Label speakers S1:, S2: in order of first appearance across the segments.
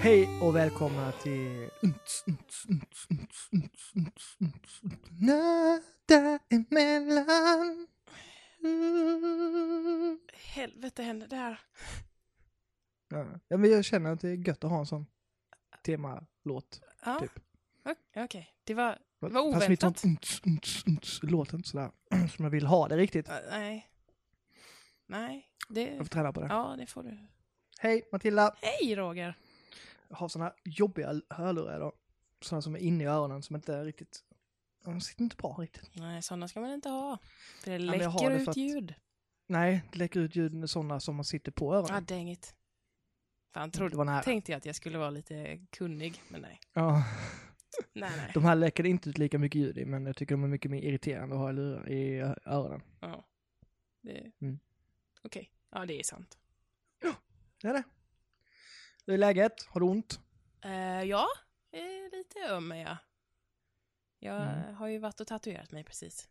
S1: Hej och välkomna till... Nada emellan.
S2: Helvete hände där.
S1: Ja, ja, men jag känner att det är gött att ha en sån temalåt.
S2: Ja.
S1: Typ.
S2: O- Okej, det var... Det var
S1: Fast mitt
S2: oväntat.
S1: sånt unts, unts, unts låter inte sådär som jag vill ha det riktigt.
S2: Ja, äh, nej. Nej,
S1: Jag får
S2: det...
S1: träna på det.
S2: Ja, det får du.
S1: Hej Matilda!
S2: Hej Roger!
S1: Jag har såna här jobbiga hörlurar idag. Såna som är inne i öronen som inte är riktigt... De sitter inte bra riktigt.
S2: Nej, sådana ska man inte ha. För det
S1: men jag har
S2: läcker
S1: det
S2: ut
S1: för att-
S2: ljud.
S1: Nej, det läcker ut ljud med sådana som man sitter på öronen.
S2: Ah, dängigt. Fan,
S1: Det
S2: trodde...
S1: var nära.
S2: Tänkte jag att jag skulle vara lite kunnig, men nej.
S1: Ja,
S2: Nej, nej.
S1: de här läcker inte ut lika mycket ljud i, men jag tycker de är mycket mer irriterande att ha i lurar i ö- öronen.
S2: Ja. Det...
S1: Mm.
S2: Okej, ja det är sant.
S1: Det är det. Hur är läget? Har du ont?
S2: Eh, ja, eh, lite öm är jag. Jag
S1: Mm.
S2: eh, har ju varit och tatuerat mig precis.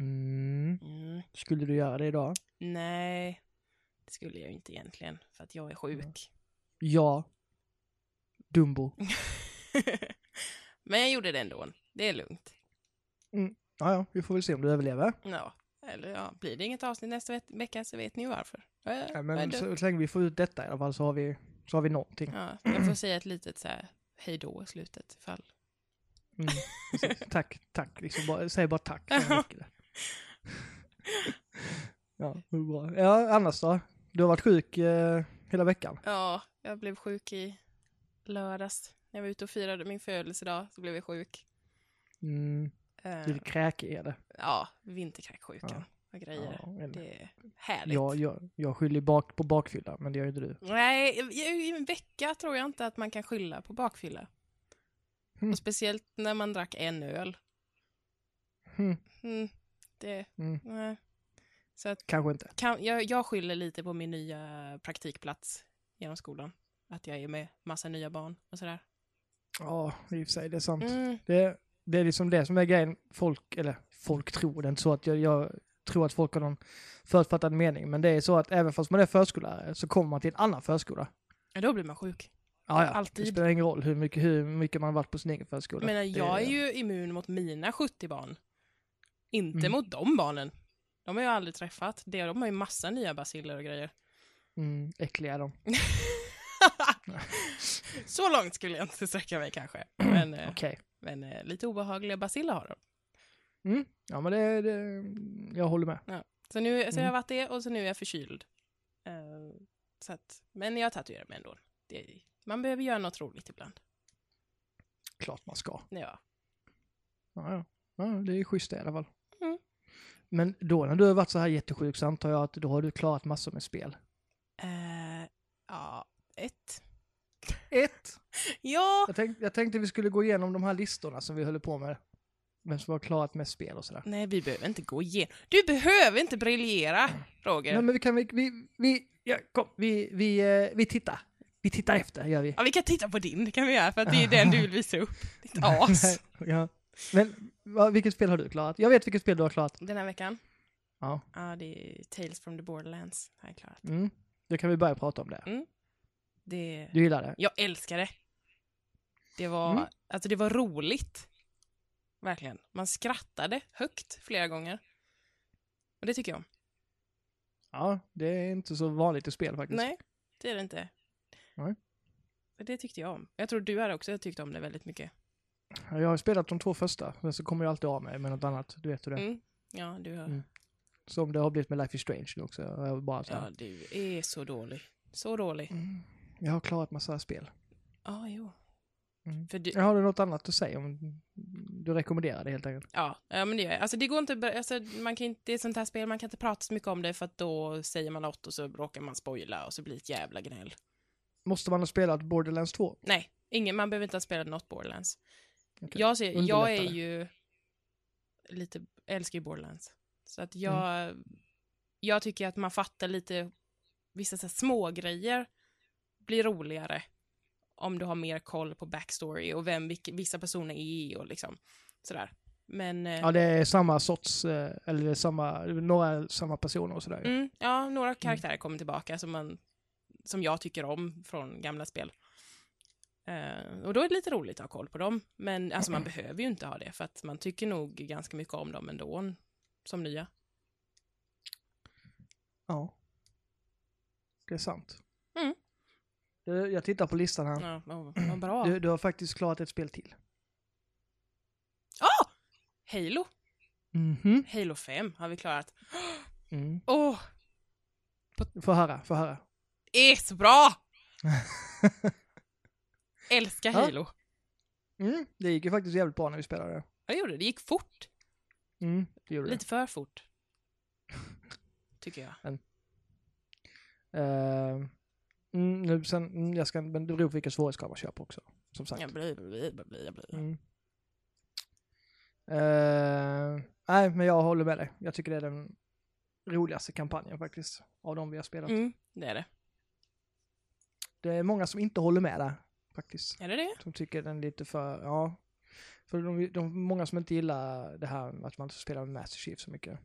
S1: Mm.
S2: Mm.
S1: Skulle du göra det idag?
S2: Nej, det skulle jag ju inte egentligen, för att jag är sjuk.
S1: Ja. Dumbo. Mm.
S2: Men jag gjorde det ändå. Det är lugnt.
S1: Ja, ja, vi får väl se om du överlever.
S2: Ja, eller ja, blir det inget avsnitt nästa ve- vecka så vet ni ju varför. Jag är-
S1: Ja,
S2: jag är
S1: men
S2: död.
S1: så, så länge vi får ut detta i alla fall så har vi, så har vi någonting.
S2: ja, jag får säga ett litet så här hej då i slutet ifall.
S1: Mm, precis. tack, tack. Liksom bara, säg bara tack. när det räcker det. ja, hur bra. Ja, annars då? Du har varit sjuk eh, hela veckan.
S2: Ja, jag blev sjuk i lördags. När jag var ute och firade min födelsedag så blev jag sjuk.
S1: Mm,
S2: Eh,
S1: lite kräkig är det.
S2: ja, vinterkräksjukan och grejer.
S1: Ja, eller-
S2: Det är härligt.
S1: jag, jag, jag skyller bak på bakfylla, men det gör ju inte du.
S2: Nej, i i en vecka tror jag inte att man kan skylla på bakfylla.
S1: Mm.
S2: Och speciellt när man drack en öl.
S1: Mm.
S2: Mm, det,
S1: Mm.
S2: nej. Så att,
S1: Kanske inte.
S2: kan, jag, jag skyller lite på min nya praktikplats genom skolan. Att jag är med massa nya barn och sådär.
S1: Ja, i och för sig, det är sant.
S2: Mm,
S1: Det, det är liksom det som är grejen. Folk, eller folk tror, det är inte så att jag, jag tror att folk har någon förutfattad mening, men det är så att även fast man är förskollärare så kommer man till en annan förskola.
S2: ja, då blir man sjuk.
S1: Ja, ja.
S2: Alltid.
S1: Det spelar ingen roll hur mycket, hur mycket man har varit på sin egen förskola.
S2: Men jag
S1: Det-
S2: är ju immun mot mina 70 barn. Inte
S1: Mm.
S2: mot de barnen. De har jag aldrig träffat. Det- De har ju massa nya basiller och grejer.
S1: Mm, äckliga de.
S2: Så långt skulle jag inte sträcka mig kanske. Men, eh,
S1: Okej.
S2: men eh, lite obehagliga basiller har de.
S1: Ja, men det, det... Jag håller med.
S2: Så nu så har jag
S1: Mm.
S2: varit det och så nu är jag förkyld. Eh, så att, men jag tatuerar mig ändå. Det, man behöver göra något roligt ibland.
S1: Klart man ska.
S2: Ja.
S1: Ja, ja. ja det är schysst i alla fall.
S2: Mm.
S1: Men då när du har varit så här jättesjuk så antar jag att då har du klarat massor med spel.
S2: Eh, ja, ett.
S1: Ett!
S2: Ja,
S1: Jag, tänk, jag tänkte vi skulle gå igenom de här listorna som vi höll på med. Vem som har klarat mest spel och sådär.
S2: nej vi behöver inte gå igen. Du behöver inte briljera, Roger.
S1: Nej men vi kan, vi, vi, vi ja, kom, vi, vi, eh, vi tittar. Vi tittar efter, gör vi.
S2: Ja, vi kan titta på din, det kan vi göra, för att det är den du vill visa upp. Ditt as.
S1: ja. Men vad- vilket spel har du klarat? Jag vet vilket spel du har klarat.
S2: Den här veckan?
S1: Ja.
S2: Ja, det är Tales from the Borderlands. Har jag klarat.
S1: Mm. Då kan vi börja prata om det.
S2: Det...
S1: Du gillar det?
S2: Jag älskar det. Det var,
S1: Mm.
S2: alltså det var roligt. Verkligen. Man skrattade högt flera gånger. Och det tycker jag om.
S1: Ja, det är inte så vanligt i spel faktiskt.
S2: Nej, det är det inte.
S1: Nej.
S2: Men Det tyckte jag om. Jag tror du hade också tyckt om det väldigt mycket.
S1: Jag har spelat de två första, men så kommer jag alltid av mig med något annat. Du vet hur det är.
S2: Mm. Ja, du har...
S1: Mm. Som det har blivit med Life is Strange nu också. Jag, är bara så här,
S2: Ja, du är så dålig. Så dålig.
S1: mm, jag har klarat massa spel.
S2: Ja, jo.
S1: Mm.
S2: För du,
S1: Har du något annat att säga? Om du rekommenderar det helt enkelt?
S2: Ja, ja men det gör jag. Alltså det går inte, att bör- alltså, man kan inte, det är ett sånt här spel, man kan inte prata så mycket om det för att då säger man något och så råkar man spoila och så blir det ett jävla gnäll.
S1: Måste man ha spelat Borderlands 2?
S2: Nej, ingen, man behöver inte ha spelat något Borderlands.
S1: Okej,
S2: Jag, ser, jag är
S1: underlättare.
S2: ju lite, älskar ju Borderlands. Så att jag, jag tycker att man fattar lite, vissa så här små grejer blir roligare om du har mer koll på backstory och vem vilka, vissa personer är och liksom sådär. Men... eh,
S1: Ja, det är samma sorts, eh, eller det är samma, några samma personer och sådär.
S2: Mm, ja, några karaktärer kommer tillbaka som, man, som jag tycker om från gamla spel. Eh, och då är det lite roligt att ha koll på dem. Men alltså man behöver ju inte ha det för att man tycker nog ganska mycket om dem ändå som nya.
S1: Ja. Det är sant.
S2: Mm.
S1: Du, jag tittar på listan här.
S2: Ja, vad- vad bra.
S1: Du, du har faktiskt klarat ett spel till.
S2: Halo.
S1: Mhm.
S2: Halo 5 har vi klarat.
S1: Mm.
S2: Åh,
S1: Få höra, få höra.
S2: det är så bra! Älskar
S1: Ja.
S2: Halo.
S1: Mm. Det gick ju faktiskt jävligt bra när vi spelade det.
S2: Jag gjorde det, det gick fort.
S1: Mm, det gjorde det.
S2: Lite för fort. Tycker jag.
S1: Eh, mm, nu sen, mm, jag ska, men det beror på vilka svårighetsgrad man kör på också. Som sagt.
S2: Jag blir, blir, blir, blir, blir.
S1: Mm. Eh, nej, men jag håller med dig. Jag tycker det är den roligaste kampanjen faktiskt, av de vi har spelat.
S2: Mm, det är det.
S1: Det är många som inte håller med där, faktiskt.
S2: Är det det?
S1: Som tycker den är lite för, ja. För de, de många som inte gillar det här med att man inte spelar med Master Chief så mycket.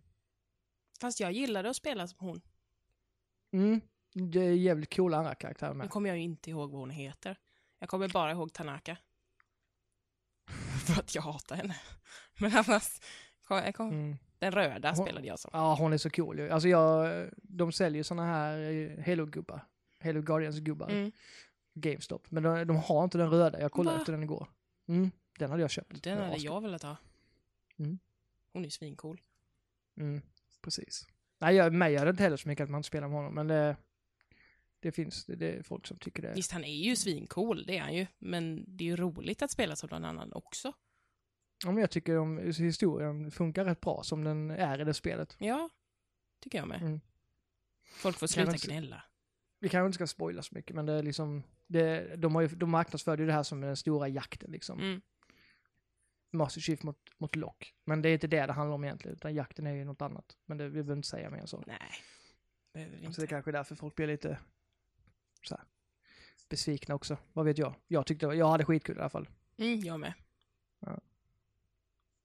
S2: Fast jag gillade att spela som hon.
S1: Mm, det är jävligt coola andra karaktärer
S2: Nu
S1: med.
S2: kommer jag ju inte ihåg vad hon heter. Jag kommer bara ihåg Tanaka. För att jag hatar henne. Men annars, kom, jag kom,
S1: Mm.
S2: den röda
S1: Hon-
S2: spelade jag som.
S1: Ja, hon är så cool ju. Alltså jag, de säljer såna här eh, Halo-gubbar. Halo Guardians-gubbar.
S2: Mm.
S1: GameStop. Men de, de har inte den röda, jag kollade
S2: Va?
S1: efter den igår. Mm, den hade jag köpt.
S2: Den hade
S1: ascool.
S2: jag velat ha.
S1: Mm.
S2: Hon är ju svincool.
S1: Mm, precis. Nej, jag, mig gör det inte heller så mycket att man inte spelar med honom, men det, det finns, det, det är folk som tycker det. är-
S2: Visst, han är ju svincool, det är han ju. Men det är ju roligt att spela som någon annan också.
S1: Ja, men jag tycker om historien funkar rätt bra som den är i det spelet.
S2: Ja, tycker jag med.
S1: Mm.
S2: Folk får
S1: Kan jag
S2: sluta
S1: inte-
S2: gnälla.
S1: Vi kanske inte ska spoila så mycket, men det är liksom, det, de, har ju, de marknadsförde ju det här som den stora jakten liksom.
S2: Mm.
S1: Master Chief mot, mot Lock. Men det är inte det det handlar om egentligen, utan jakten är ju något annat. Men det, vi behöver inte säga mer än så.
S2: Nej, behöver vi
S1: Så
S2: inte.
S1: Alltså, det kanske är därför folk blir lite så här, besvikna också. Vad vet jag? Jag tyckte, jag hade skitkul i alla fall.
S2: Mm, jag med.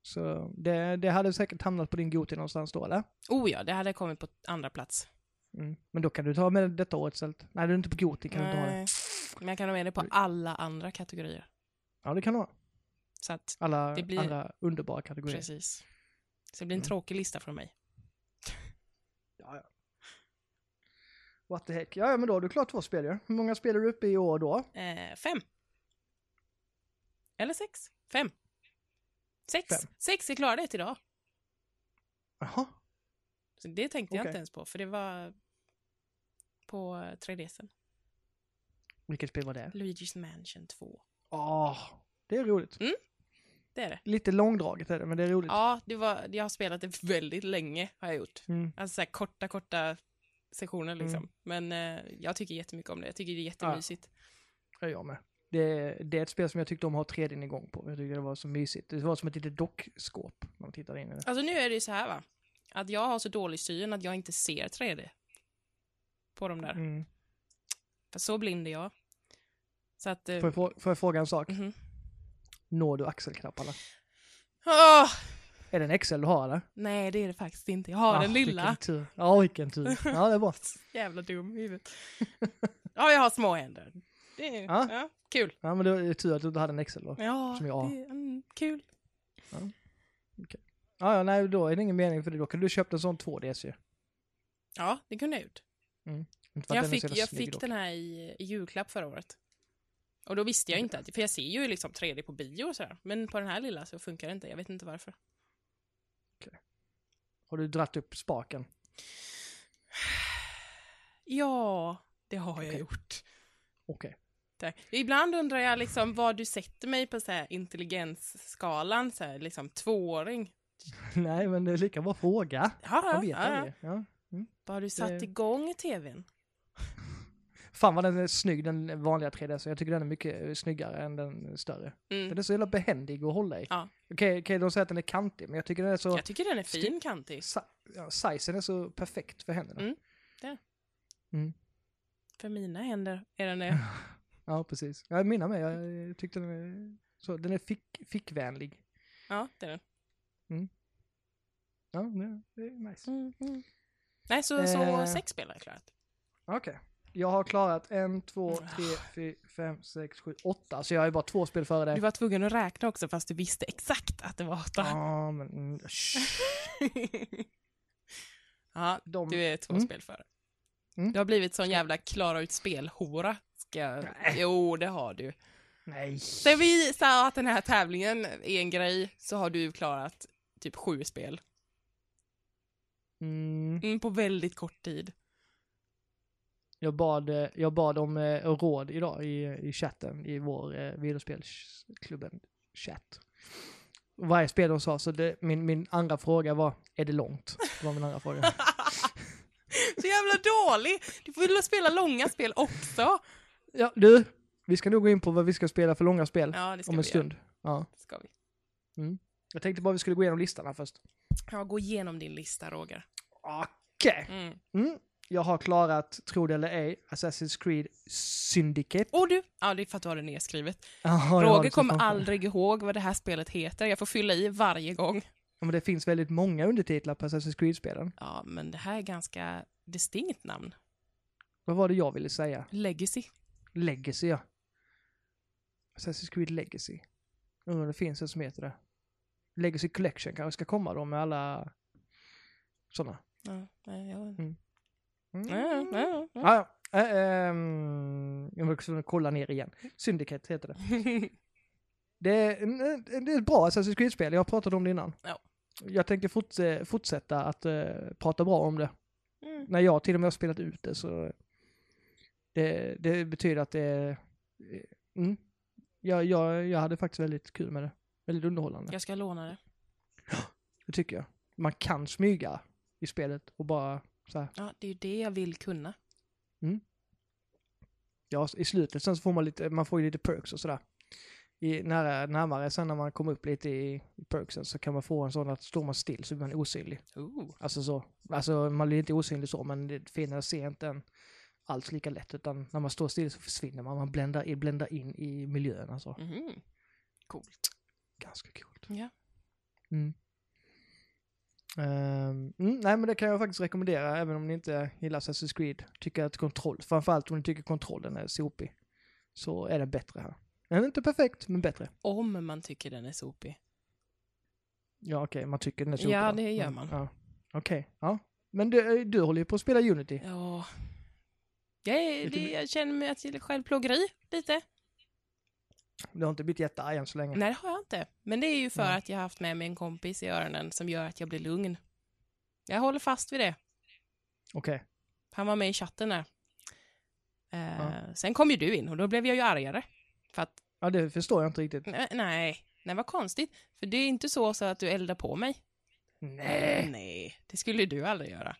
S1: Så det, det hade säkert hamnat på din Goti någonstans då, eller?
S2: Oh ja, det hade kommit på andra plats.
S1: Mm. Men då kan du ta med detta året istället. Nej, du är inte på Goti, kan du inte ha det?
S2: Nej. Men jag kan ha med det på
S1: Mm.
S2: alla andra kategorier.
S1: Ja, det kan du ha.
S2: Så att,
S1: Alla
S2: Det blir-
S1: andra underbara kategorier.
S2: precis. Så det blir en
S1: Mm.
S2: tråkig lista från mig.
S1: Ja, ja. What the heck. Ja, ja, men då har du klart två spel ju. Hur många spel är du uppe i år då?
S2: Eh, fem. Eller sex? Fem. Sex.
S1: Fem.
S2: Sex är klarhet idag.
S1: Jaha.
S2: Så det tänkte jag
S1: Okej.
S2: inte ens på, för det var på eh, 3DSen.
S1: Vilket spel var det?
S2: Luigi's Mansion 2.
S1: Åh, det är roligt.
S2: Det är det.
S1: Lite långdraget är det, men det är roligt.
S2: Ja, det var, jag har spelat det väldigt länge, har jag gjort.
S1: Mm.
S2: Alltså så här, korta, korta sessioner liksom.
S1: Mm.
S2: Men eh, jag tycker jättemycket om det. Jag tycker det är jättemysigt.
S1: Ja, jag med. Det, det är ett spel som jag tyckte om att ha 3D igång på. Jag tyckte det var så mysigt. Det var som ett litet dockskåp när man tittade in i det.
S2: Alltså nu är det ju så här va. Att jag har så dålig syn att jag inte ser 3D. På de där.
S1: Mm.
S2: För så blind är jag. Så att... Eh,
S1: Får, jag, frå- får jag fråga en sak?
S2: mhm.
S1: Når du axelknapparna?
S2: Åh!
S1: Är det en XL du har eller?
S2: nej, det är det faktiskt inte. Jag har
S1: Ah,
S2: den lilla.
S1: Vilken tur. Ja, vilken tur. Ja, det är bra.
S2: Jävla dum i huvudet. ja, jag har små händer. Det är,
S1: Ja.
S2: ja. kul.
S1: Ja, men det är tur att du inte hade en XL då.
S2: Ja,
S1: Ah. Som jag har.
S2: det är mm, kul.
S1: Ja, ja, nej, då är det ingen mening för det. Då kan du köpa en sån 2DS ju.
S2: Ja, det kunde jag gjort.
S1: Inte för att den är
S2: Jag
S1: så
S2: fick,
S1: jävla
S2: jag
S1: snygg
S2: fick
S1: dock.
S2: den här i, i julklapp förra året. Och då visste jag inte att, för jag ser ju liksom 3D på bio och sådär. Men på den här lilla så funkar det inte, jag vet inte varför.
S1: Har du dratt upp spaken?
S2: Ja, det har jag
S1: Okej.
S2: gjort.
S1: Okej.
S2: Tack. Ibland undrar jag liksom vad du sätter mig på så här intelligensskalan, så här, liksom tvååring.
S1: Nej, men det är lika bra fråga.
S2: Ja,
S1: Jag
S2: ja,
S1: vet
S2: ja, ja.
S1: aldrig. Ja.
S2: Vad har du satt
S1: Det-
S2: igång i tvn?
S1: Fan vad den är snygg, den vanliga 3DS. Jag tycker den är mycket eh, snyggare än den större. Den
S2: Mm.
S1: är så jävla behändig att hålla i.
S2: Ja.
S1: Okej, okej, de säger att den är kantig, men jag tycker den är så...
S2: Jag tycker den är fin, kantig.
S1: Sa, ja, sizen är så perfekt för händerna.
S2: Mm, det är
S1: Mm.
S2: För mina händer Mm. är den det.
S1: Ja, precis. Ja, mina med. Jag eh, tyckte den är... Så, den är fick, fickvänlig.
S2: Ja, det är den.
S1: Ja, det- det är nice.
S2: Mm, mm. Nej, så, så
S1: Eh.
S2: sex spelare klart.
S1: Okej. Jag har klarat en, två,
S2: Ah.
S1: tre, fyra, fem, sex, sju, åtta. Så jag är bara två spel före
S2: Du
S1: dig.
S2: var tvungen att räkna också fast du visste exakt att det var åtta.
S1: Ja, men... mm, shh.
S2: ja,
S1: De...
S2: du är två
S1: Mm.
S2: spel före.
S1: Mm.
S2: Du har blivit sån jävla klara ut spelhora. Ska... jag-
S1: Nej.
S2: Jo, det har du.
S1: Nej.
S2: Sen vi sa att den här tävlingen är en grej så har du klarat typ sju spel.
S1: Mm,
S2: Mm, på väldigt kort tid.
S1: jag, bad, eh, jag bad om eh, råd idag i, i chatten, i vår eh, videospelsklubben chatt. Varje spel de sa, så det, min, min andra fråga var, är det långt? Det var min andra fråga.
S2: Så jävla dålig! Du får väl spela långa spel också.
S1: Ja, du, vi ska nog gå in på vad vi ska spela för långa spel
S2: Ja, det ska
S1: om
S2: vi
S1: en
S2: göra.
S1: stund. Ja.
S2: Det Ska vi.
S1: Jag tänkte bara vi skulle gå igenom listan här först.
S2: Ja, gå igenom din lista, Roger.
S1: Okej.
S2: Mm.
S1: Mm. Jag har klarat, tro det eller ej, Assassin's Creed Syndicate.
S2: Och du! Ja, det är för att du har det nedskrivet.
S1: Oh,
S2: Roger kommer aldrig ihåg vad det här spelet heter. Jag får fylla i varje gång.
S1: Ja, men det finns väldigt många undertitlar på Assassin's Creed-spelen.
S2: Ja, men det här är ganska distinkt namn.
S1: Vad var det jag ville säga?
S2: Legacy.
S1: Legacy, ja. Assassin's Creed Legacy. Undrar om det finns ett som heter det. Legacy Collection kanske ska komma då med alla sådana.
S2: Ja, nej, jag...
S1: Mm.
S2: Ja, ja, ja.
S1: Ja, ja. Äh, ehm, jag var också kolla ner igen. Syndicate heter det. Det är, en- en- det är ett bra Assassin's Creed-spel, jag har pratat om det innan.
S2: Ja.
S1: Jag tänker forts eh, fortsätta att eh, prata bra om det.
S2: Mm.
S1: När jag till och med har spelat ut det så... Det, det betyder att det är... Mm. Jag, jag, jag hade faktiskt väldigt kul med det. Väldigt underhållande,
S2: Jag ska låna det.
S1: det tycker jag. Man kan smyga i spelet och bara så här.
S2: Ja, det är ju det jag vill kunna.
S1: Ja, i slutet sen så får man lite, man får ju lite perks och sådär. I nära, närmare sen när man kommer upp lite i, i perksen så kan man få en sån att står man still så blir man osynlig.
S2: Ooh.
S1: Alltså så, alltså man blir inte osynlig så, men det fiender ser inte en alls lika lätt, utan när man står still så försvinner man, man bländar in, bländar in i miljön alltså.
S2: Mhm. Coolt.
S1: Ganska coolt.
S2: Ja.
S1: Mm. Ehm, mm, nej men det kan jag faktiskt rekommendera, även om ni inte gillar Assassin's Creed. Tycker att kontroll, framförallt om ni tycker kontrollen är sopig, så är den bättre här. Den är inte perfekt, men bättre.
S2: Om man tycker den är sopig.
S1: Ja okej, man tycker den är sopig.
S2: Ja,
S1: då.
S2: det gör
S1: Men,
S2: man.
S1: Ja. Okej, ja. Men du, eh, du håller ju på att spela Unity.
S2: Ja. Jag,
S1: Lite
S2: det,
S1: mer-
S2: jag känner mig att jag självplågeri lite.
S1: Du har inte blivit jättearg än så länge.
S2: Nej, det har jag inte. Men det är ju för
S1: Nej.
S2: att jag har haft med mig en kompis i öronen som gör att jag blir lugn. Jag håller fast vid det.
S1: Okej.
S2: Han var med i chatten där. Eh, Sen kom ju du in och då blev jag ju argare. För att,
S1: Ja, det förstår jag inte riktigt.
S2: nej, nej, nej vad konstigt. För det är inte så, så att du eldar på mig.
S1: Nej,
S2: Nej, det skulle du aldrig göra.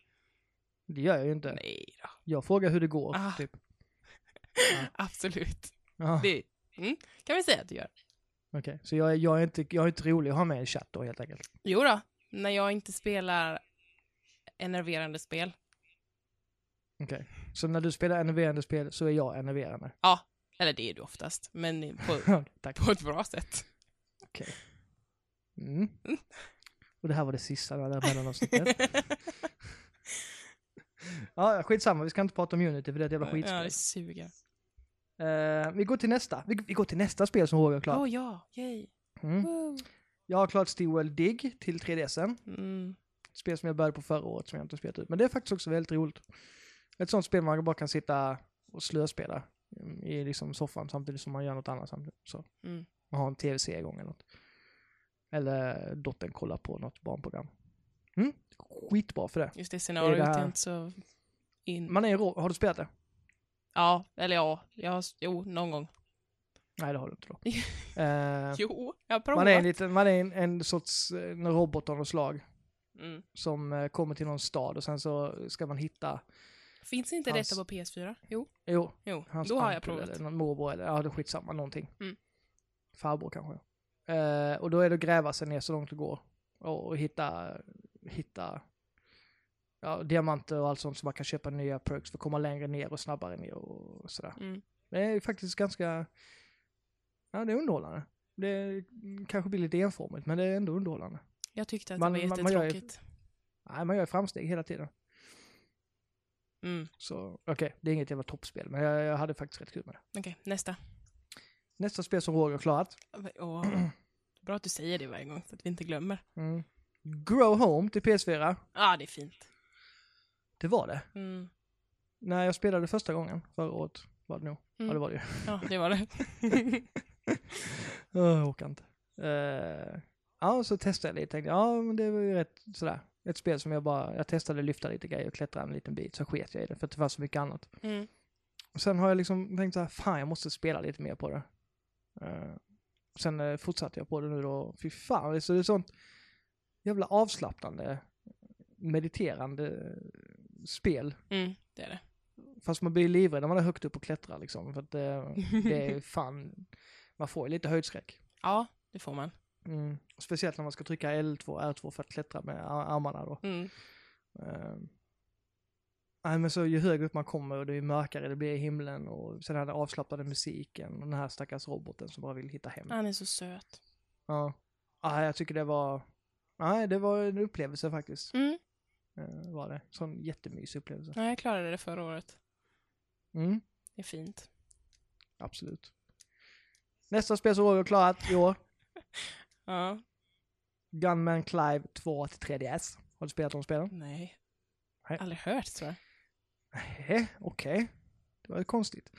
S1: det gör jag ju inte.
S2: Nej då.
S1: Jag frågar hur det går,
S2: Ah.
S1: typ.
S2: Absolut.
S1: Ja, Okej,
S2: Det mm, kan vi säga att du gör.
S1: så jag, är- jag, är inte, jag är inte rolig att ha med i chatt då helt enkelt.
S2: Jo då, när jag inte spelar enerverande spel.
S1: Okej. Så när du spelar enerverande spel så är jag enerverande.
S2: Eller det är du oftast, men på,
S1: Tack.
S2: på ett bra sätt.
S1: Mm. Och det här var det sista där mellanavsnittet. ja, ja, skitsamma, vi ska inte prata om Unity för det är ett jävla
S2: Ja,
S1: skitspel.
S2: det suger.
S1: Eh, vi går till nästa. Vi, vi går till nästa spel som Roger har
S2: Åh
S1: klart.
S2: ja, yay.
S1: Mm.
S2: Woo.
S1: Jag har klart Steelworld Dig till 3DSen.
S2: Mm.
S1: Ett spel som jag började på förra året som jag inte har spelat ut. Men det är faktiskt också väldigt roligt. Ett sånt spel man bara kan sitta och slöspela mm, i liksom soffan samtidigt som man gör något annat samtidigt. Så
S2: Mm.
S1: man har en tv-serie igång eller något. Eller dottern kollar på något barnprogram. Mm. Skitbra för det.
S2: Just det, scenariot
S1: Det är det
S2: är
S1: här.
S2: inte så in.
S1: Man är rå. Har du spelat det?
S2: Ja, eller ja, jag har, jo, någon gång.
S1: Nej, det har du inte då. Eh,
S2: Jo, jag har
S1: man är en,
S2: provat.
S1: liten, man är en, en sorts eh, en robot av något slag
S2: Mm.
S1: som eh, kommer till någon stad och sen så ska man hitta
S2: Finns inte
S1: Hans-
S2: detta på PS4? Jo,
S1: Jo,
S2: jo,
S1: hans
S2: då har
S1: uncle
S2: jag provat.
S1: Eller någon morbror eller, ja det är skitsamma, någonting.
S2: Mm.
S1: Farbror kanske. Eh, och då är det att gräva sig ner så långt det går. Och, och hitta, hitta ja, diamanter och allt sånt så man kan köpa nya perks för att komma längre ner och snabbare ner och sådär.
S2: Mm.
S1: Det är faktiskt ganska, ja det är underhållande. Det kanske blir lite enformigt men det är ändå underhållande.
S2: Jag tyckte att
S1: Man-
S2: det var
S1: man- man gör ju-
S2: jättetråkigt.
S1: Nej, man gör framsteg hela tiden.
S2: Mm.
S1: Så okej, det är inget jävla toppspel, men jag, jag hade faktiskt rätt kul med det.
S2: Okej, nästa.
S1: Nästa spel som Roger har klarat.
S2: Åh, bra att du säger det varje gång så att vi inte glömmer.
S1: Mm. Grow Home till PS4.
S2: Ja, ah, det är fint.
S1: Det var det.
S2: Mm.
S1: När jag spelade första gången förra året var det nog. Ja, det var det ju.
S2: Ja, det var det.
S1: Åh, jag orkar inte. Eh, ja, och så testade jag lite. Tänkte, ja, men det var ju rätt sådär. Ett spel som jag bara, jag testade lyfta lite grejer och klättra en liten bit, så sket jag i det för att det var så mycket annat.
S2: mm.
S1: Och sen har jag liksom tänkt så här, fan jag måste spela lite mer på det. Eh, sen eh, fortsatte jag på det nu då, fy fan, det är så det är sånt jävla avslappnande, mediterande eh, spel.
S2: Mm, det är det.
S1: Fast man blir livrädd när man är högt upp och klättrar liksom, för att eh, det är fan, man får ju lite höjdskräck.
S2: Ja, det får man.
S1: Mm. Och Speciellt när man ska trycka L2 R2 för att klättra med ar- armarna då.
S2: Mm.
S1: Ehm. Nej men så ju högre upp man kommer och det är mörkare det blir i himlen och sen den här avslappnade musiken och den här stackars roboten som bara vill hitta hem.
S2: Han är så söt.
S1: Ja. Nej jag tycker det var, nej det var en upplevelse faktiskt.
S2: Mm.
S1: Ehm, var det. Sån jättemysig upplevelse.
S2: Ja, jag klarade det förra året.
S1: Mm,
S2: Det är fint.
S1: absolut. Nästa spel som Roger har klarat i år,
S2: Ja.
S1: Gunman Clive 2 till 3DS. Har du spelat de spelen?
S2: Nej.
S1: Nej.
S2: Aldrig hört tror jag.
S1: Nej, okej. Det var ju konstigt.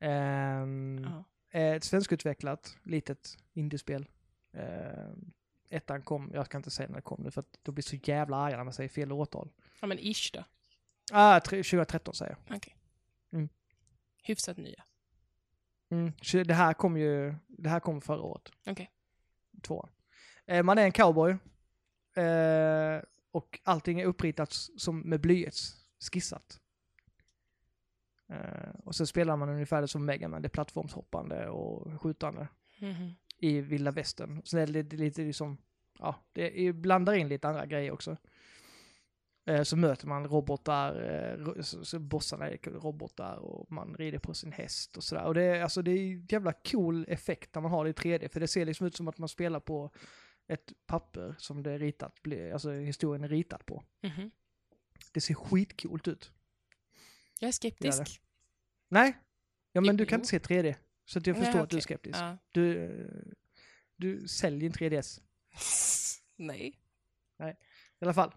S1: Ehm,
S2: Ja.
S1: eh, Ett svenskutvecklat litet indiespel. Ehm, ettan kom, jag kan inte säga när det kom nu för att då blir så jävla arga när man säger fel årtal.
S2: ja, men ish då.
S1: Ah, tre, 2013 säger jag.
S2: Okej.
S1: Mm.
S2: Hyfsat nya.
S1: Mm. tju- Det här kom ju, det här kom förra året.
S2: Okej.
S1: Tvåan. Eh, man är en cowboy. Eh, och allting är uppritat s- som med blyerts, skissat. Eh, och så spelar man ungefär som Mega Man, det är plattformshoppande och skjutande.
S2: Mhm.
S1: i vilda västern. Sen är det lite, lite liksom, ja, det är- blandar in lite andra grejer också. Eh, så möter man robotar, eh, ro- så, så bossarna är robotar och man rider på sin häst och sådär. Och det är, alltså, det är en jävla cool effekt när man har det i 3D, för det ser liksom ut som att man spelar på ett papper som det är ritat, bli- alltså historien är ritat på.
S2: Mhm.
S1: Det ser skitcoolt ut.
S2: Jag är skeptisk.
S1: Gör Nej, ja men du kan
S2: Jo.
S1: inte se 3D. Så att jag
S2: Nej,
S1: förstår att du är
S2: okej.
S1: skeptisk.
S2: Ja.
S1: Du, eh, du säljer en 3DS.
S2: Nej.
S1: I alla fall.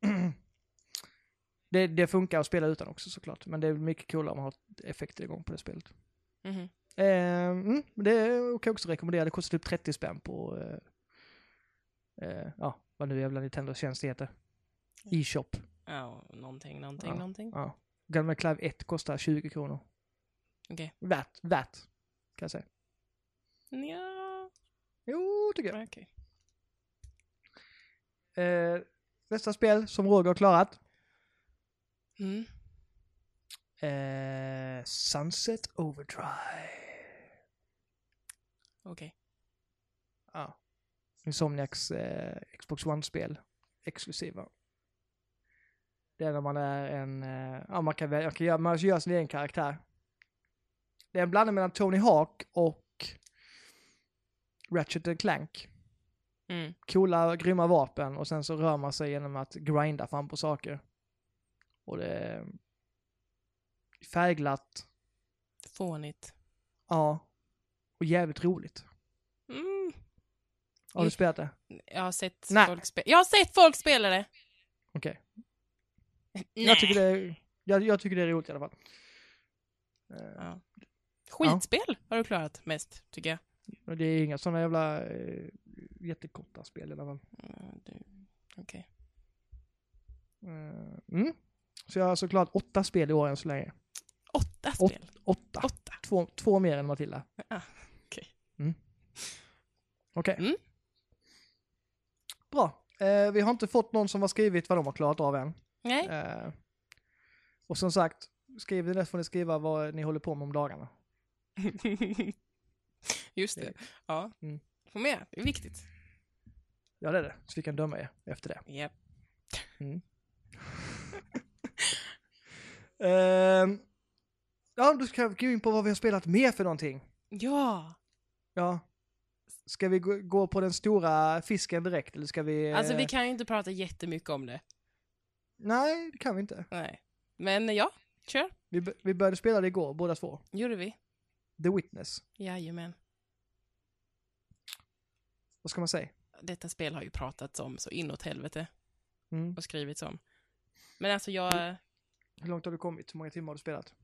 S1: Det, det funkar att spela utan också såklart, men det är mycket coolare om man har effekter igång på det spelet.
S2: Mhm.
S1: Eh, mm, men det kan jag också rekommendera, det kostar typ 30 spänn på, eh, eh, ja, vad nu jävla Nintendos tjänst heter. E-shop.
S2: Ja, någonting, någonting,
S1: Ja.
S2: någonting.
S1: Ja. Gamla Clive 1 kostar 20 kronor.
S2: Okej.
S1: Värt, värt, kan jag säga.
S2: Ja,
S1: Jo, tycker jag.
S2: okej.
S1: Eh, nästa spel som Roger har klarat.
S2: Mm.
S1: Eh, Sunset Overdrive.
S2: Okej.
S1: Ja. Insomniacs eh, Xbox One-spel. Exklusiva. Det är när man är en, eh, ja man kan välja, man kan göra, man gör sin egen karaktär. Det är en blandning mellan Tony Hawk och Ratchet and Clank.
S2: Mm.
S1: Coola, grymma vapen och sen så rör man sig genom att grinda fram på saker. Och det är färgglatt,
S2: Fånigt.
S1: ja, och jävligt roligt.
S2: Mm.
S1: Har du
S2: Just-
S1: spelat det?
S2: Jag har sett
S1: Nej.
S2: folk spela. Jag har sett folk spela det!
S1: Okej.
S2: Nej.
S1: Jag tycker det är, jag, jag tycker det är roligt i alla fall. Eh,
S2: Ja. Skitspel har du klarat mest, tycker jag.
S1: och det är inga sådana jävla eh, jättekorta spel i alla fall.
S2: Mm, du- Okej.
S1: Eh, mm. Så jag har såklart åtta spel i år än så länge.
S2: Åtta
S1: Åt-
S2: spel.
S1: Åtta.
S2: Åtta.
S1: Två, två mer än Matilda.
S2: Ah, okej.
S1: Mm. Okej.
S2: Mm.
S1: Bra. Eh, vi har inte fått någon som har skrivit vad de har klarat av än.
S2: Nej.
S1: Eh, och som sagt, skriv det där får ni skriva vad ni håller på med om dagarna.
S2: Just det. Ja.
S1: Mm.
S2: Få med, det är viktigt.
S1: Ja, det är det. Så vi kan döma er efter det.
S2: Japp.
S1: Ehm, ja, då ska vi gå in på vad vi har spelat mer för någonting.
S2: Ja!
S1: Ja. Ska vi gå- gå på den stora fisken direkt eller ska vi...
S2: Alltså vi
S1: eh,
S2: kan ju inte prata jättemycket om det.
S1: Nej, det kan vi inte.
S2: Nej. Men eh, ja, kör.
S1: Vi, b- vi började spela det igår, båda två.
S2: Gjorde vi.
S1: The Witness.
S2: Jajamän.
S1: Vad ska man säga?
S2: Detta spel har ju pratats om så inåt helvete
S1: Mm.
S2: och skrivits om. Men alltså jag,
S1: Hur långt har du kommit? Hur många timmar har du spelat?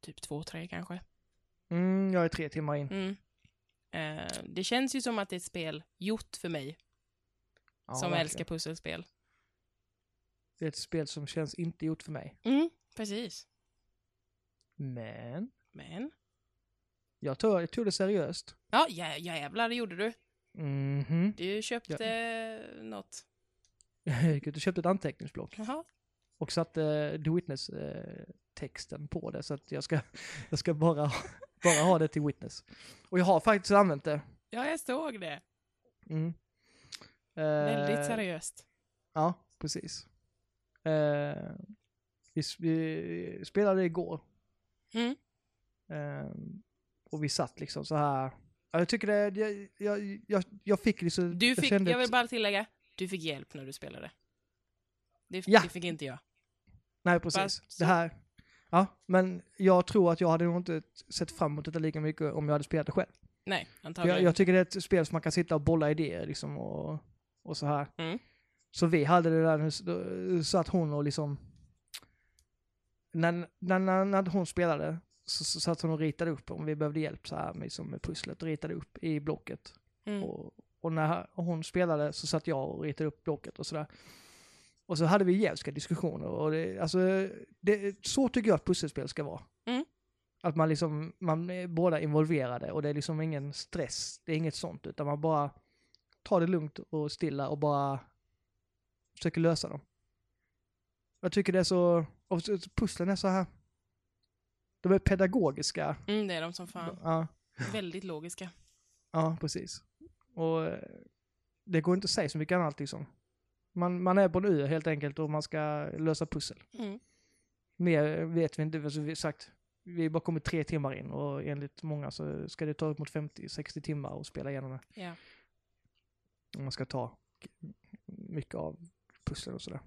S2: typ två, tre kanske.
S1: Mm, jag är tre timmar in.
S2: Mm. Eh, det känns ju som att det är ett spel gjort för mig
S1: Ja,
S2: som
S1: verkligen.
S2: älskar pusselspel.
S1: Det är ett spel som känns inte gjort för mig.
S2: Mm, precis.
S1: Men,
S2: Men,
S1: jag tog, jag tog det seriöst.
S2: ja jä- jävlar det gjorde du.
S1: Mhm.
S2: Du köpte något.
S1: Jag gick ut och köpte ett anteckningsblock
S2: Jaha.
S1: och satte The Witness-texten på det så att jag ska, jag ska bara, bara ha det till Witness. Och jag har faktiskt använt det.
S2: Ja, jag såg det.
S1: Mm. Eh,
S2: Väldigt seriöst.
S1: Ja, precis. Eh, vi, s- vi spelade igår.
S2: Mm.
S1: Eh, och vi satt liksom så här. Ja, Jag tycker det, jag, jag, jag, jag fick liksom...
S2: Du fick,
S1: kände
S2: jag
S1: ett-
S2: vill bara tillägga, du fick hjälp när du spelade. Det, f-
S1: Ja.
S2: det fick inte jag.
S1: Nej, precis.
S2: Fast-
S1: Det här. Ja, men jag tror att jag hade nog inte sett fram emot detta lika mycket om jag hade spelat det själv.
S2: Nej,
S1: För jag,
S2: antagligen.
S1: jag tycker det är ett spel som man kan sitta och bolla idéer liksom och, och så här.
S2: Mm.
S1: Så vi hade det där, så- så att hon och liksom... När, när, när, när hon spelade så, så satt hon och ritade upp om vi behövde hjälp så här med, liksom, med pusslet och ritade upp i blocket.
S2: Mm.
S1: Och, och när hon spelade så satt jag och ritade upp blocket och sådär. Och så hade vi jävliga diskussioner. Och det, alltså, det, så tycker jag att pusselspel ska vara.
S2: Mm.
S1: Att man liksom, man är båda involverade och det är liksom ingen stress, det är inget sånt, utan man bara tar det lugnt och stilla och bara försöker lösa dem. Jag tycker det är så, och så- pusslen är så här, de är pedagogiska.
S2: Mm, det är de som fan.
S1: Ja.
S2: Väldigt logiska.
S1: Ja, precis. Och eh, det går inte att säga så mycket annat liksom. Man, man är på en ö helt enkelt och man ska lösa pussel.
S2: Mm.
S1: Mer vet vi inte, alltså, vi har sagt, vi har bara kommit tre timmar in och enligt många så ska det ta upp mot 50-60 timmar att spela igenom det.
S2: Ja.
S1: Om man ska ta mycket av pusslen och sådär.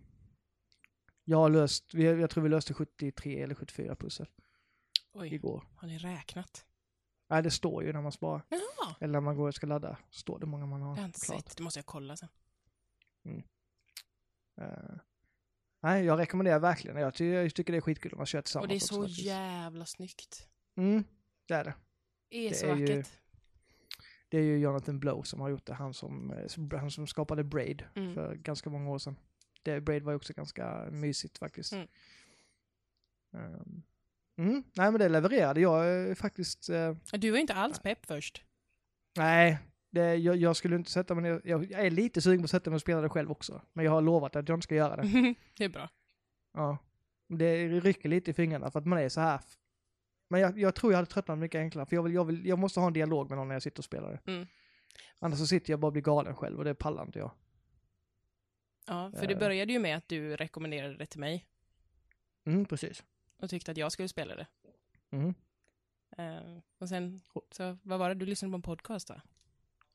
S1: Jag har löst, vi- jag tror vi löste 73 eller 74 pussel
S2: Oj,
S1: igår.
S2: har ni räknat?
S1: Nej, det står ju när man sparar.
S2: Jaha,
S1: Eller när man går och ska ladda, står det hur många man har
S2: det har jag inte
S1: klart.
S2: sett. Det måste jag kolla sen.
S1: Eh, nej, jag rekommenderar verkligen. Jag, ty- jag tycker det är skitkul om man kör tillsammans.
S2: Och det är så
S1: också, faktiskt.
S2: jävla snyggt.
S1: Mm, det är det.
S2: Det är
S1: Det
S2: så
S1: är ju-
S2: vackert.
S1: Det är ju Jonathan Blow som har gjort det. Han som, eh, han som skapade Braid
S2: Mm.
S1: för ganska många år sedan. Det, Braid var ju också ganska mysigt faktiskt.
S2: Mm.
S1: Ehm, mm, nej, men det levererade jag eh, faktiskt. Eh,
S2: Du var ju inte alls pepp först.
S1: nej, det, jag, jag skulle inte sätta mig ner. Jag, jag är lite sugen på att sätta mig och spela det själv också. Men jag har lovat att jag inte ska göra det.
S2: det är bra.
S1: Ja. Det rycker lite i fingrarna för att man är så här. Men jag, jag tror jag hade tröttnat mycket enklare för jag, vill, jag, vill, jag måste ha en dialog med någon när jag sitter och spelar det.
S2: Mm.
S1: Annars så sitter jag bara och blir galen själv och det pallar inte jag.
S2: Ja, för det
S1: Eh.
S2: började ju med att du rekommenderade det till mig
S1: Mm, precis.
S2: och tyckte att jag skulle spela det.
S1: Mm.
S2: Eh, och sen,
S1: Och-
S2: så vad var det? Du lyssnade på en podcast va?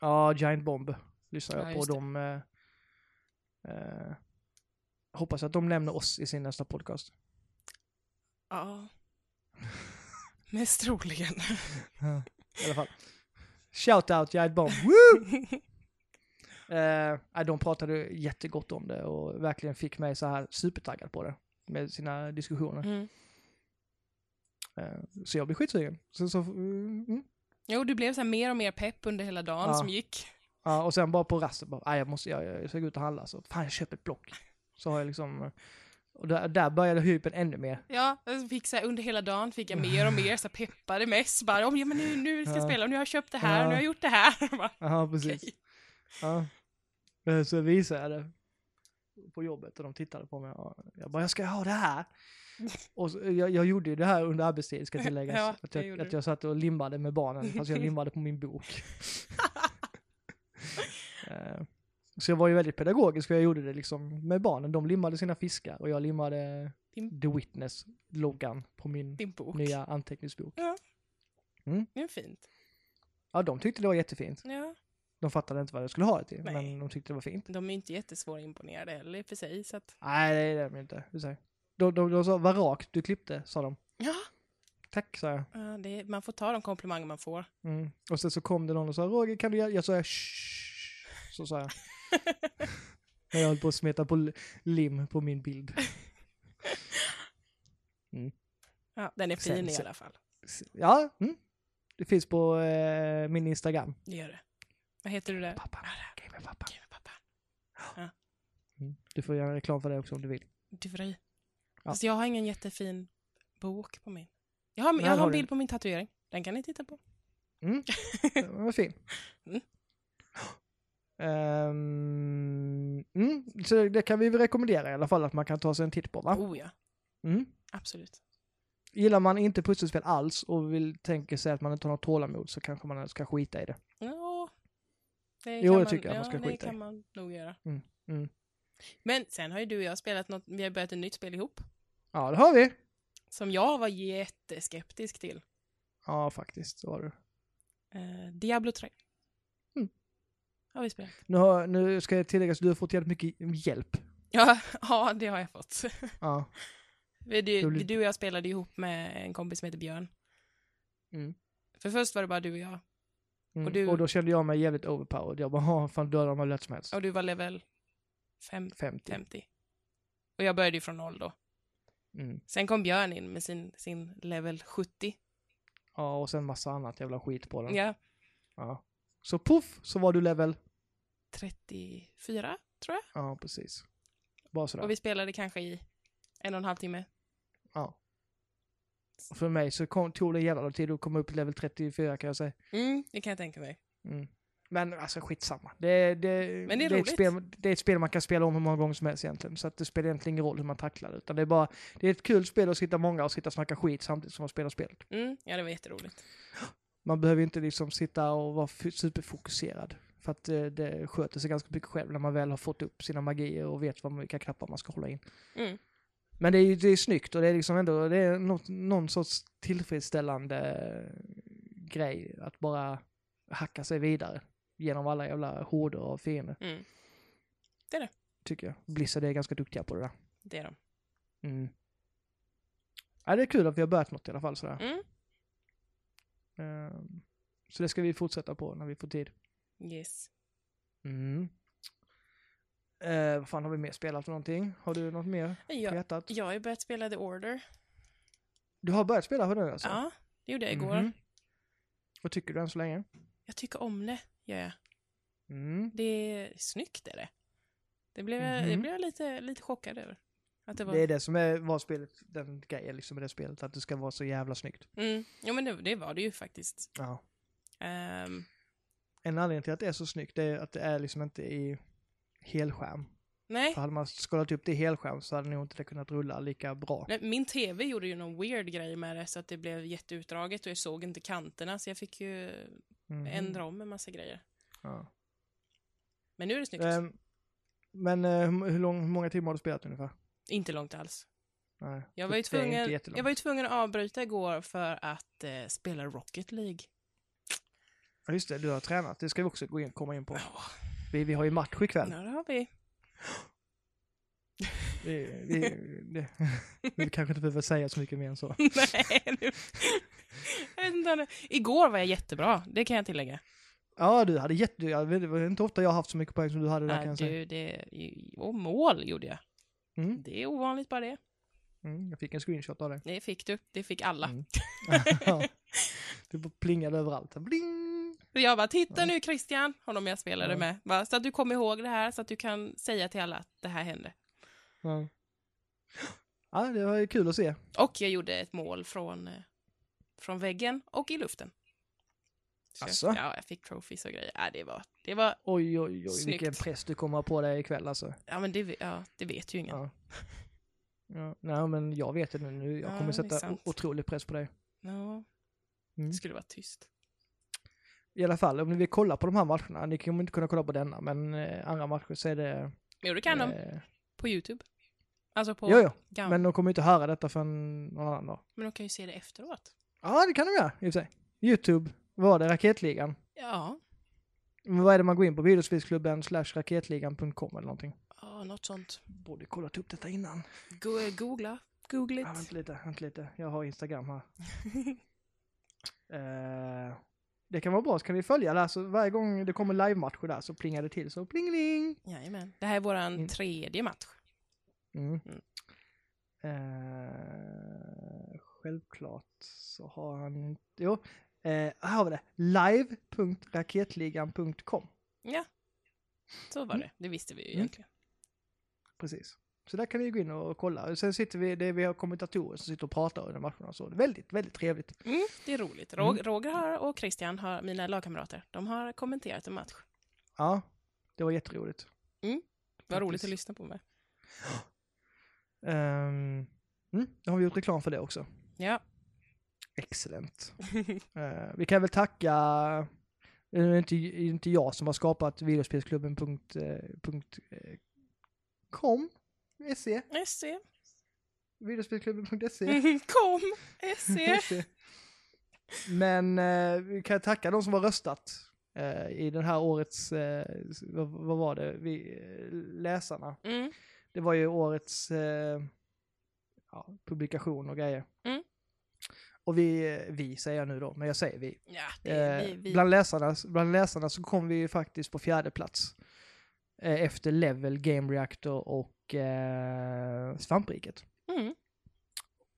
S1: Ja, Giant Bomb lyssnar
S2: Ja,
S1: jag på.
S2: just det.
S1: De, eh, eh, hoppas att de nämner oss i sin nästa podcast.
S2: Ja. Mest troligen.
S1: I alla fall. Shout out Giant Bomb! Woo! Eh, nej, de pratade jättegott om det och verkligen fick mig så här supertaggad på det med sina diskussioner.
S2: Mm.
S1: Eh, Så jag blir skitsugen. Sen så, mm, mm.
S2: Jo, du blev så här mer och mer pepp under hela dagen
S1: Ja.
S2: som gick.
S1: Ja, och sen bara på rasten, bara, "Aj, jag, måste, jag, jag ska gå ut och handla, så fan jag köper ett block. Så har jag liksom, eh, och där, där började hypen ännu mer.
S2: Ja, jag fick så här, under hela dagen fick jag mer och mer så här, peppade mest. Bara, om, ja, men nu, nu ska jag
S1: Ja.
S2: spela, nu har jag köpt det här,
S1: Ja.
S2: nu har jag gjort det här. Bara,
S1: Ja,
S2: okej.
S1: precis. Ja. Eh, Så visade jag det på jobbet och de tittade på mig och jag bara, jag ska ha det här. Och så, jag, jag gjorde ju det här under arbetstid ska tilläggas.
S2: Ja,
S1: att,
S2: det
S1: jag,
S2: gjorde
S1: att
S2: du.
S1: jag satt och limmade med barnen, fast jag limmade på min bok. Eh, så jag var ju väldigt pedagogisk och jag gjorde det liksom med barnen. De limmade sina fiskar och jag limmade
S2: Din-
S1: The Witness-loggan på min
S2: Din bok.
S1: nya anteckningsbok.
S2: Det är fint.
S1: Ja, de tyckte det var jättefint.
S2: Ja.
S1: De fattade inte vad jag skulle ha det till,
S2: Nej.
S1: men de tyckte det var fint.
S2: De är ju inte jättesvåra imponerade heller i och för sig, så att
S1: Nej, det är det inte. Det är så här. De, de, de sa, vad rakt du klippte, sa de.
S2: Ja,
S1: Tack, sa jag.
S2: ja, det är, man får ta de komplimanger man får.
S1: Mm. Och sen så kom det någon och sa, Roger kan du göra... Jag sa, "Shh." Så sa jag. När jag höll på att smeta på l- lim på min bild.
S2: Ja, den är fin
S1: Sen-
S2: i
S1: sen-
S2: alla fall.
S1: Ja, mm. det finns på eh, min Instagram.
S2: Det gör det. Vad heter du där?
S1: Pappa, Game med pappa.
S2: Okej, pappa.
S1: Mm. Du får göra reklam för det också om du vill.
S2: Du får
S1: Ja.
S2: i. Fast Alltså, jag har ingen jättefin bok på min. Jag har,
S1: Nej,
S2: jag har
S1: har
S2: en
S1: du
S2: bild
S1: inte.
S2: på min tatuering. Den kan ni titta på.
S1: Den var fin.
S2: Mm.
S1: Ehm, mm. Så det kan vi väl rekommendera i alla fall att man kan ta sig en titt på va?
S2: Oh ja,
S1: Mm.
S2: absolut.
S1: Gillar man inte pusselspel alls och vill tänka sig att man inte har något tålamod så kanske man ska skita i det.
S2: Ja, det
S1: Jo,
S2: kan
S1: det
S2: man,
S1: tycker jag man ska
S2: ja, det
S1: skita i.
S2: kan man nog göra.
S1: Mm, mm.
S2: Men sen har ju du och jag spelat något, vi har börjat ett nytt spel ihop.
S1: Ja, det har vi.
S2: Som jag var jätteskeptisk till.
S1: Ja, faktiskt. Så var det.
S2: Eh, Diablo 3.
S1: Mm.
S2: Har vi spelat.
S1: Nu, har, nu ska jag tillägga att du har fått jävligt mycket hjälp.
S2: Ja, ja, det har jag fått.
S1: Ja.
S2: Vi- Du,
S1: Det blir-
S2: du och jag spelade ihop med en kompis som heter Björn.
S1: Mm.
S2: För först var det bara du och jag.
S1: Mm.
S2: Och
S1: Och,
S2: du-
S1: då kände jag mig jävligt overpowered. Jag bara, "Ha, fan döda dem hur lätt som helst.
S2: Och du var level fem-
S1: 50.
S2: 50. Och jag började ju från noll då.
S1: Mm.
S2: Sen kom Björn in med sin, sin level 70.
S1: Ja, och sen massa annat jävla skit på den.
S2: Ja,
S1: Ja. Så puff så var du level.
S2: 34 tror jag.
S1: Ja, precis. Bara sådär.
S2: Och vi spelade kanske i en och en halv timme.
S1: Ja. Och För mig så kom, tog det en jävla tid att komma upp till level 34 kan jag säga.
S2: Mm, det kan jag tänka mig.
S1: Mm. Men alltså skitsamma. Det, det,
S2: Men det är
S1: det, är ett
S2: roligt.
S1: spel, det är ett spel man kan spela om hur många gånger som helst egentligen. Så att det spelar egentligen ingen roll hur man tacklar det. Utan det är bara, det är ett kul spel att sitta många och sitta och snacka skit samtidigt som man spelar spelet.
S2: Mm, ja, det var jätteroligt.
S1: Man behöver inte liksom sitta och vara f- superfokuserad. För att eh, det sköter sig ganska mycket själv när man väl har fått upp sina magier och vet vad, vilka knappar man ska hålla in.
S2: Mm.
S1: Men det är, ju- det är snyggt och det är liksom ändå det är något, någon sorts tillfredsställande grej att bara hacka sig vidare genom alla jävla horder av fiender,
S2: Mm,
S1: tycker jag. Blizzard är ganska duktiga på det där.
S2: det är de.
S1: Mm. Ja, det är kul att vi har börjat något i alla fall sådär.
S2: Mm.
S1: Ehm, Så det ska vi fortsätta på när vi får tid.
S2: Yes.
S1: Mm. Eh, vad fan har vi mer spelat för någonting? Har du något mer på
S2: Jag,
S1: hjärtat?
S2: jag har ju börjat spela The Order.
S1: Du har börjat spela för den alltså?
S2: Ja, det gjorde jag igår.
S1: Mhm. Vad tycker du än så länge?
S2: Jag tycker om det, gör jag.
S1: Mm.
S2: Det är snyggt är det. Det blev, jag- det
S1: Mhm.
S2: blev jag lite, lite chockad över. Att det var...
S1: Det är det som är, var spelet, den grejen liksom med det spelet, att det ska vara så jävla snyggt.
S2: Mm. Jo, men det, det var det ju faktiskt.
S1: Ja.
S2: Ehm,
S1: En anledning till att det är så snyggt det är att det är liksom inte i helskärm.
S2: nej.
S1: För hade man skalat upp det i helskärm så hade nog inte det kunnat rulla lika bra.
S2: nej, min tv gjorde ju någon weird grej med det så att det blev jätteutdraget och jag såg inte kanterna så jag fick ju
S1: Mhm.
S2: ändra om en massa grejer.
S1: Ja.
S2: Men nu är det snyggt.
S1: Ehm, men eh, hur, hur, lång, hur många timmar har du spelat ungefär?
S2: inte långt alls.
S1: Nej, typ
S2: Jag
S1: det-
S2: var, ju
S1: det är inte
S2: tvungen,
S1: jättelångt.
S2: jag var ju tvungen att avbryta igår för att eh, spela Rocket League.
S1: Ja, just det, du har tränat. Det ska vi också gå in, komma in på.
S2: Ja,
S1: Vi, vi har ju match ikväll.
S2: det har vi.
S1: Vi, vi, det, vi kanske inte behöver säga så mycket mer än så.
S2: Nej, nu. jag vet inte. om det- Igår var jag jättebra, det kan jag tillägga.
S1: Ja, du hade jätte... Jag vet, det var inte ofta jag har haft så mycket poäng som du hade där
S2: Ja,
S1: kan jag säga.
S2: du, det, och mål gjorde jag.
S1: Mm.
S2: Det är ovanligt bara det.
S1: Mm, jag fick en screenshot av det.
S2: Det fick du, det fick alla.
S1: Mm. det bara plingade överallt. Bling!
S2: Och jag bara, titta
S1: Mm.
S2: nu Christian, honom jag spelade
S1: Ja.
S2: med. Va? Så att du kommer ihåg det här, så att du kan säga till alla att det här hände.
S1: Ja. ja, det var ju kul att se.
S2: Och jag gjorde ett mål från, eh, från väggen och i luften. Så
S1: Asså?
S2: Jag, ja, jag fick trophies och grejer. Ja, det var, det var,
S1: Oj, oj, oj,
S2: Snyggt.
S1: vilken press du kommer ha på dig ikväll alltså.
S2: ja men det, ja, det vet ju ingen.
S1: Ja. Ja, nej, men jag vet det nu. nu. Jag
S2: Ja,
S1: kommer
S2: det är
S1: sätta o-
S2: sant.
S1: otrolig press på dig.
S2: Ja.
S1: Mm.
S2: Det skulle vara tyst.
S1: I alla fall, om ni vill kolla på de här matcherna, ni kommer inte kunna kolla på denna, men eh, andra matcher så är det...
S2: Men jo, det kan de
S1: eh,
S2: på YouTube. Alltså på
S1: Jo, jo,
S2: Gam. Men,
S1: men de kommer ju inte höra detta förrän någon annan dag.
S2: de kan ju se det efteråt.
S1: Ja, det kan de göra i och för sig. Youtube, var det Raketligan?
S2: Ja,
S1: Men vad är det man går in på? Videospelsklubben slash raketligan.com eller någonting.
S2: ja något sånt.
S1: Borde kollat upp detta innan.
S2: Go- googla Google
S1: Ja,
S2: it.
S1: vänta lite, vänta lite. Jag har Instagram här. Eh, det kan vara bra, så kan ni följa där. Så varje gång det kommer livematcher där så plingar det till. Så plingeling!
S2: Jajamän. Det här är våran
S1: Mm.
S2: tredje match.
S1: Mm.
S2: Mm.
S1: Eh, självklart så har han inte... Jo, eh, här har vi det. Live.raketligan.com
S2: Ja, så var det. Det visste vi ju
S1: Mm.
S2: egentligen.
S1: Precis. Så där kan ni gå in och kolla. Sen sitter vi, det, vi har kommentatorer som sitter och pratar under matcherna och så. Väldigt, väldigt trevligt.
S2: Mm, det är roligt. Rog- Roger har, och Christian, har, mina lagkamrater, de har kommenterat en match.
S1: Ja, det var jätteroligt.
S2: Det var roligt
S1: Faktiskt.
S2: att lyssna på med.
S1: Ehm, mm, då har vi gjort reklam för det också.
S2: Ja.
S1: Excellent. Eh, vi kan väl tacka, det är inte, det är inte jag som har skapat eh, videospelsklubben.com, se,
S2: SC.
S1: videospelsklubben.se.
S2: Mm, Kom! SC!
S1: se. E. Men eh, vi kan tacka de som har röstat eh, i den här årets, eh, vad, vad var det, vi, eh, läsarna.
S2: Mm,
S1: Det var ju årets eh, ja, publikation och grejer.
S2: Mm.
S1: Och vi, eh, vi säger jag nu då, men jag säger vi.
S2: ja, det,
S1: Eh,
S2: vi, vi,
S1: Bland, läsarna, bland läsarna så kom vi ju faktiskt på fjärde plats. Eh, efter Level, Game Reactor och eh, Svampriket.
S2: mm.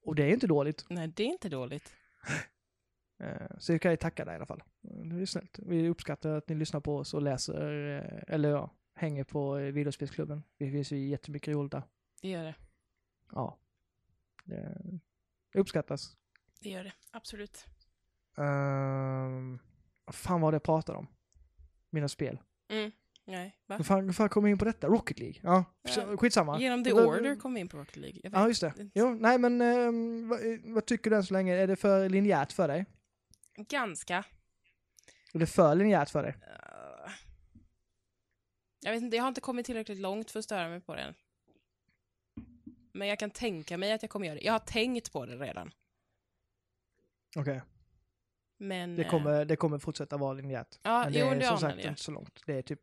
S1: Och det är inte dåligt.
S2: Nej, det är inte dåligt.
S1: Eh, så vi kan ju tacka dig i alla fall. Eh, Det är ju snällt. Vi uppskattar att ni lyssnar på oss och läser, eh, eller ja, hänger på eh, videospelsklubben. Det finns ju jättemycket roligt där.
S2: Det gör det.
S1: Ja. Det uppskattas.
S2: Det gör det. Absolut.
S1: Ehm, vad fan var det jag pratade om? Mina spel.
S2: Nej, va?
S1: Hur fan, hur fan kom jag in på detta? Rocket League? Ja,
S2: Ja.
S1: skitsamma.
S2: Genom The
S1: Vad-
S2: Order kom vi in på Rocket League. Jag vet.
S1: Ja, just det.
S2: inte.
S1: Jo, nej men ehm, vad, eh, vad tycker du än så länge? Är det för linjärt för dig?
S2: Ganska.
S1: Är det för linjärt för dig?
S2: eh, jag vet inte, jag har inte kommit tillräckligt långt för att störa mig på den. Men jag kan tänka mig att jag kommer göra det. Jag har tänkt på det redan.
S1: Okej.
S2: Men...
S1: Det,
S2: eh,
S1: kommer, det kommer fortsätta vara linjärt.
S2: Ja,
S1: men det
S2: jo,
S1: är
S2: det
S1: som
S2: anar
S1: sagt
S2: jag.
S1: inte så långt. Det är typ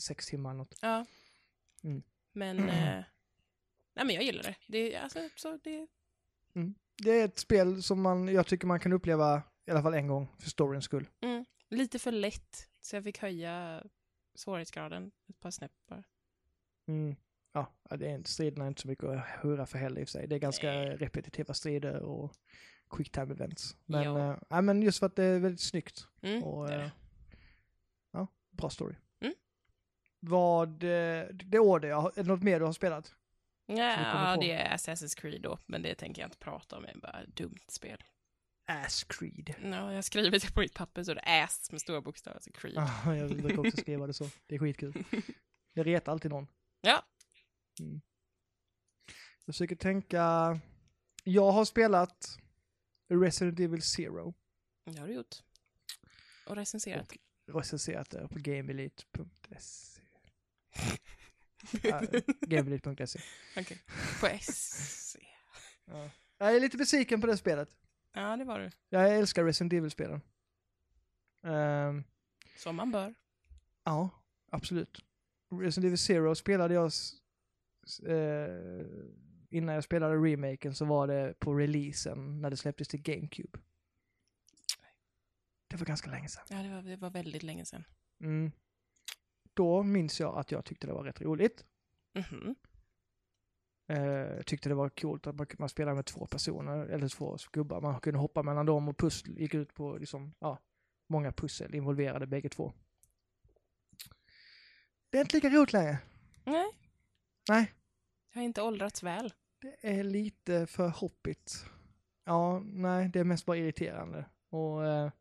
S1: sex timmar något.
S2: Ja.
S1: Mm.
S2: Men... Eh, nej, men jag gillar det. Det, är- alltså, så det
S1: Det är ett spel som man, jag tycker man kan uppleva i alla fall en gång för storyns skull.
S2: mm, lite för lätt. Så jag fick höja svårighetsgraden ett par snäpp bara.
S1: Mm. Ja, ja, det är inte, striderna är inte så mycket att hurra för heller i och för sig. Det är ganska
S2: Nej.
S1: repetitiva strider och quick time events. Men,
S2: Ja.
S1: ja. ja, men just för att det är väldigt snyggt.
S2: Mm,
S1: Och,
S2: det är
S1: eh,
S2: det.
S1: Ja, bra story.
S2: Mm.
S1: Vad, eh, det order jag, har- är det något mer du har spelat? kommer
S2: ja,
S1: på.
S2: det är Assassin's Creed då, men det tänker jag inte prata om. Det är bara ett dumt spel.
S1: Ass Creed.
S2: Ja, jag har skrivit det på mitt papper så det är ass med stora bokstäver, alltså Creed.
S1: Ja, jag brukar också skriva det så. Det är skitkul. Jag retar alltid någon.
S2: Ja.
S1: Mm. Jag försöker tänka, jag har spelat Resident Evil Zero.
S2: Det har du gjort. Och recenserat.
S1: Och recenserat det på gameelite.se. Ja, gameelite.se.
S2: Okej. På SC.
S1: Ja. Jag är lite besviken på det spelet.
S2: Ja, det var du.
S1: Jag älskar Resident Evil-spelen. Ehm,
S2: Som man bör.
S1: ja, absolut. Resident Evil Zero spelade jag s- s- eh, innan jag spelade remaken så var det på releasen när det släpptes till GameCube. Det var ganska länge sedan.
S2: Ja, det var, det var väldigt länge sedan.
S1: Mm. Då minns jag att jag tyckte det var rätt roligt.
S2: Mhm.
S1: Eh, tyckte det var coolt att man, man spelade med två personer, eller två gubbar. Man kunde hoppa mellan dem och pussel gick ut på liksom, ja, många pussel involverade bägge två. Det är inte lika roligt längre.
S2: Nej,
S1: Nej,
S2: jag har inte åldrats väl.
S1: det är lite för hoppigt. Ja, nej, det är mest bara irriterande. Och eh,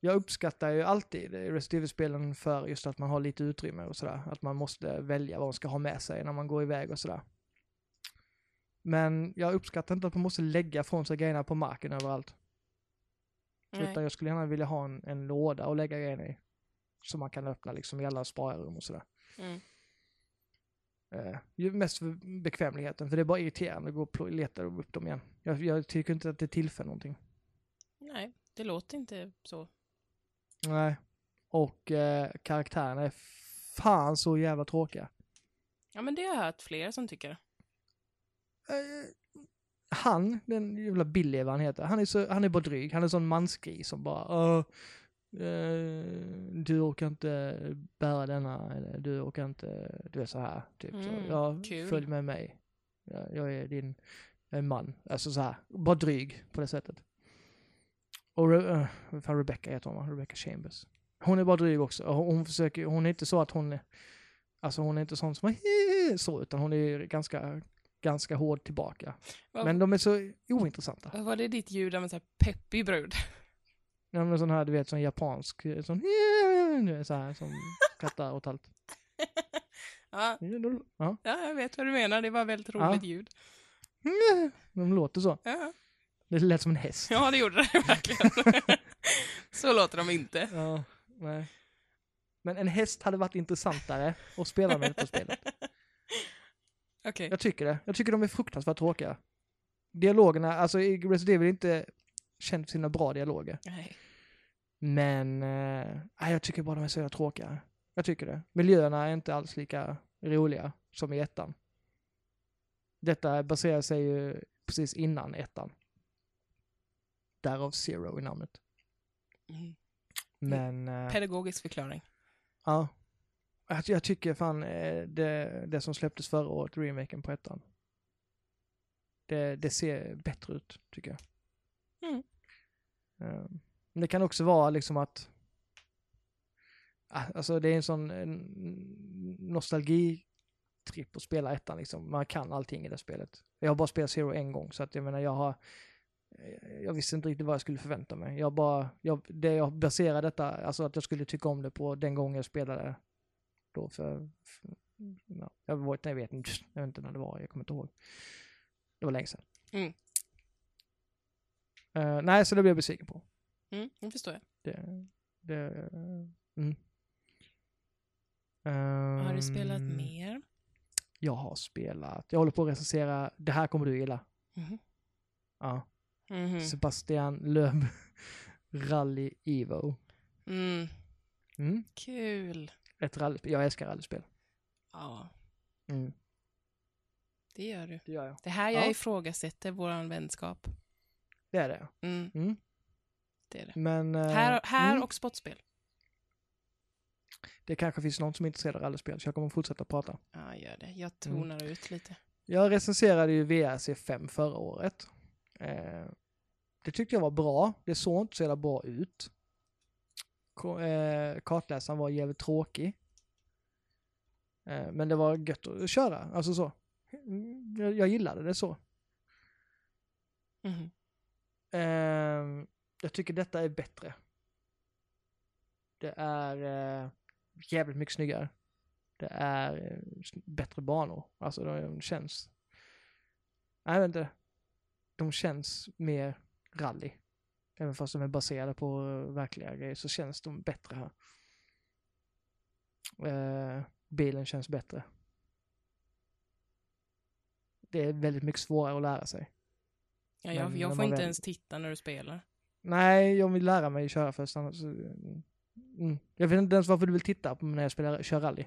S1: jag uppskattar ju alltid Resident Evil-spelen för just att man har lite utrymme och sådär. Att man måste välja vad man ska ha med sig när man går iväg och sådär. Men jag uppskattar inte att man måste lägga från sig grejerna på marken överallt. Utan
S2: Nej.
S1: jag skulle gärna vilja ha en, en låda att lägga grejerna i. Som man kan öppna liksom i alla sparrum och sådär.
S2: Mm.
S1: Eh, ju mest för bekvämligheten, för det är bara irriterande att gå och pl- leta upp dem igen. Jag, jag tycker inte att det tillför någonting.
S2: Nej, det låter inte så.
S1: Nej. Och eh, karaktärerna är fan så jävla tråkiga.
S2: Ja, men det har jag hört fler som tycker.
S1: Eh, han, den jävla Billy vad han heter, han är, så, han är bara dryg. Han är sån mansgris som bara "Åh, eh, du orkar inte bära denna, eller du orkar inte, du är så här. Typ.
S2: Mm,
S1: så, ja,
S2: kul.
S1: följ med mig. Ja, jag är din jag är man. Alltså så här, bara dryg på det sättet. Och Re- eh, vad fan Rebecca heter hon va? Rebecca Chambers. Hon är bara dryg också. Och Hon, försöker, hon är inte så att hon är, alltså hon är inte sån som bara, så, utan hon är ganska, ganska hård tillbaka.
S2: Vad-
S1: Men de är så ointressanta.
S2: Vad var det ditt ljud av en sån här peppig brud?
S1: Ja, men sån här, du vet, sån japansk, eh, sån nu är så här, som skrattar åt allt.
S2: ja,
S1: Ja,
S2: ja, jag vet vad du menar. Det var väldigt roligt
S1: Ja.
S2: ljud.
S1: de låter så.
S2: Ja.
S1: Det lät som en häst.
S2: ja, det gjorde det verkligen. så låter de inte.
S1: Ja, nej. Men en häst hade varit intressantare att spela med på spelet.
S2: Okej.
S1: Jag tycker det. Jag tycker de är fruktansvärt tråkiga. Dialogerna, alltså i Resident Evil är inte känt för sina bra dialoger.
S2: Nej.
S1: Men, eh, nej, jag tycker bara de är så jävla tråkiga. Jag tycker det. Miljöerna är inte alls lika roliga som i ettan. Detta baserar sig ju precis innan ettan. Därav Zero i namnet.
S2: Mm.
S1: Men, eh,
S2: Pedagogisk förklaring.
S1: ja. Jag, Alltså, jag tycker fan eh, det, det som släpptes förra året, remaken på ettan. Det, det ser bättre ut, tycker jag.
S2: Mm.
S1: Eh, Men det kan också vara liksom att Ah, Alltså det är en sån eh, nostalgitripp att spela ettan liksom. Man kan allting i det spelet. Jag har bara spelat Zero en gång så att jag menar jag har eh, jag visste inte riktigt vad jag skulle förvänta mig. Jag bara, jag, det jag baserade detta, alltså att jag skulle tycka om det på den gången jag spelade då för, för ja, jag, var, jag vet inte, jag vet inte när det var, jag kommer inte ihåg. Det var länge sedan.
S2: Mm.
S1: Eh, nej, så det blev jag besviken på.
S2: Mm, det förstår jag.
S1: Det, det, mm. Ehm,
S2: Har du spelat mer?
S1: Jag har spelat. Jag håller på att recensera. Det här kommer du gilla.
S2: Mhm.
S1: Ja.
S2: Mhm.
S1: Sebastian Löb Rally Evo.
S2: Mm.
S1: Mm.
S2: Kul.
S1: Ett rallyspel. Jag älskar rallyspel.
S2: Ja,
S1: Mm.
S2: det gör du.
S1: Det gör jag.
S2: Det här jag
S1: Ja.
S2: ifrågasätter vår vänskap.
S1: Det är det.
S2: Mm.
S1: Mm.
S2: Det är det.
S1: Men eh,
S2: Här, här
S1: mm,
S2: och sportspel.
S1: det kanske finns någon som är intresserad av rallyspel så jag kommer fortsätta prata.
S2: Ja, gör det. Jag tonar ut lite.
S1: Jag recenserade ju VRC 5 förra året. Eh, det tyckte jag var bra. Det såg inte så jävla bra ut. Ko- eh, kartläsaren var jävligt tråkig. Eh, men det var gött att köra, alltså så. Mm, Jag, jag gillade det så.
S2: Mhm.
S1: Ehm, jag tycker detta är bättre. Det är eh, jävligt mycket snyggare. Det är eh, sn- bättre banor. Alltså de, de känns... Nej, jag vet inte. De känns mer rally. Även fast de är baserade på eh, verkliga grejer så känns de bättre här. Eh, bilen känns bättre. Det är väldigt mycket svårare att lära sig.
S2: Ja, jag,
S1: Men
S2: jag
S1: när
S2: får
S1: man
S2: inte
S1: väl-
S2: ens titta när du spelar.
S1: Nej, jag vill lära mig köra först. Annars... eh, Mm. Jag vet inte ens varför du vill titta på mig när jag spelar, kör rally.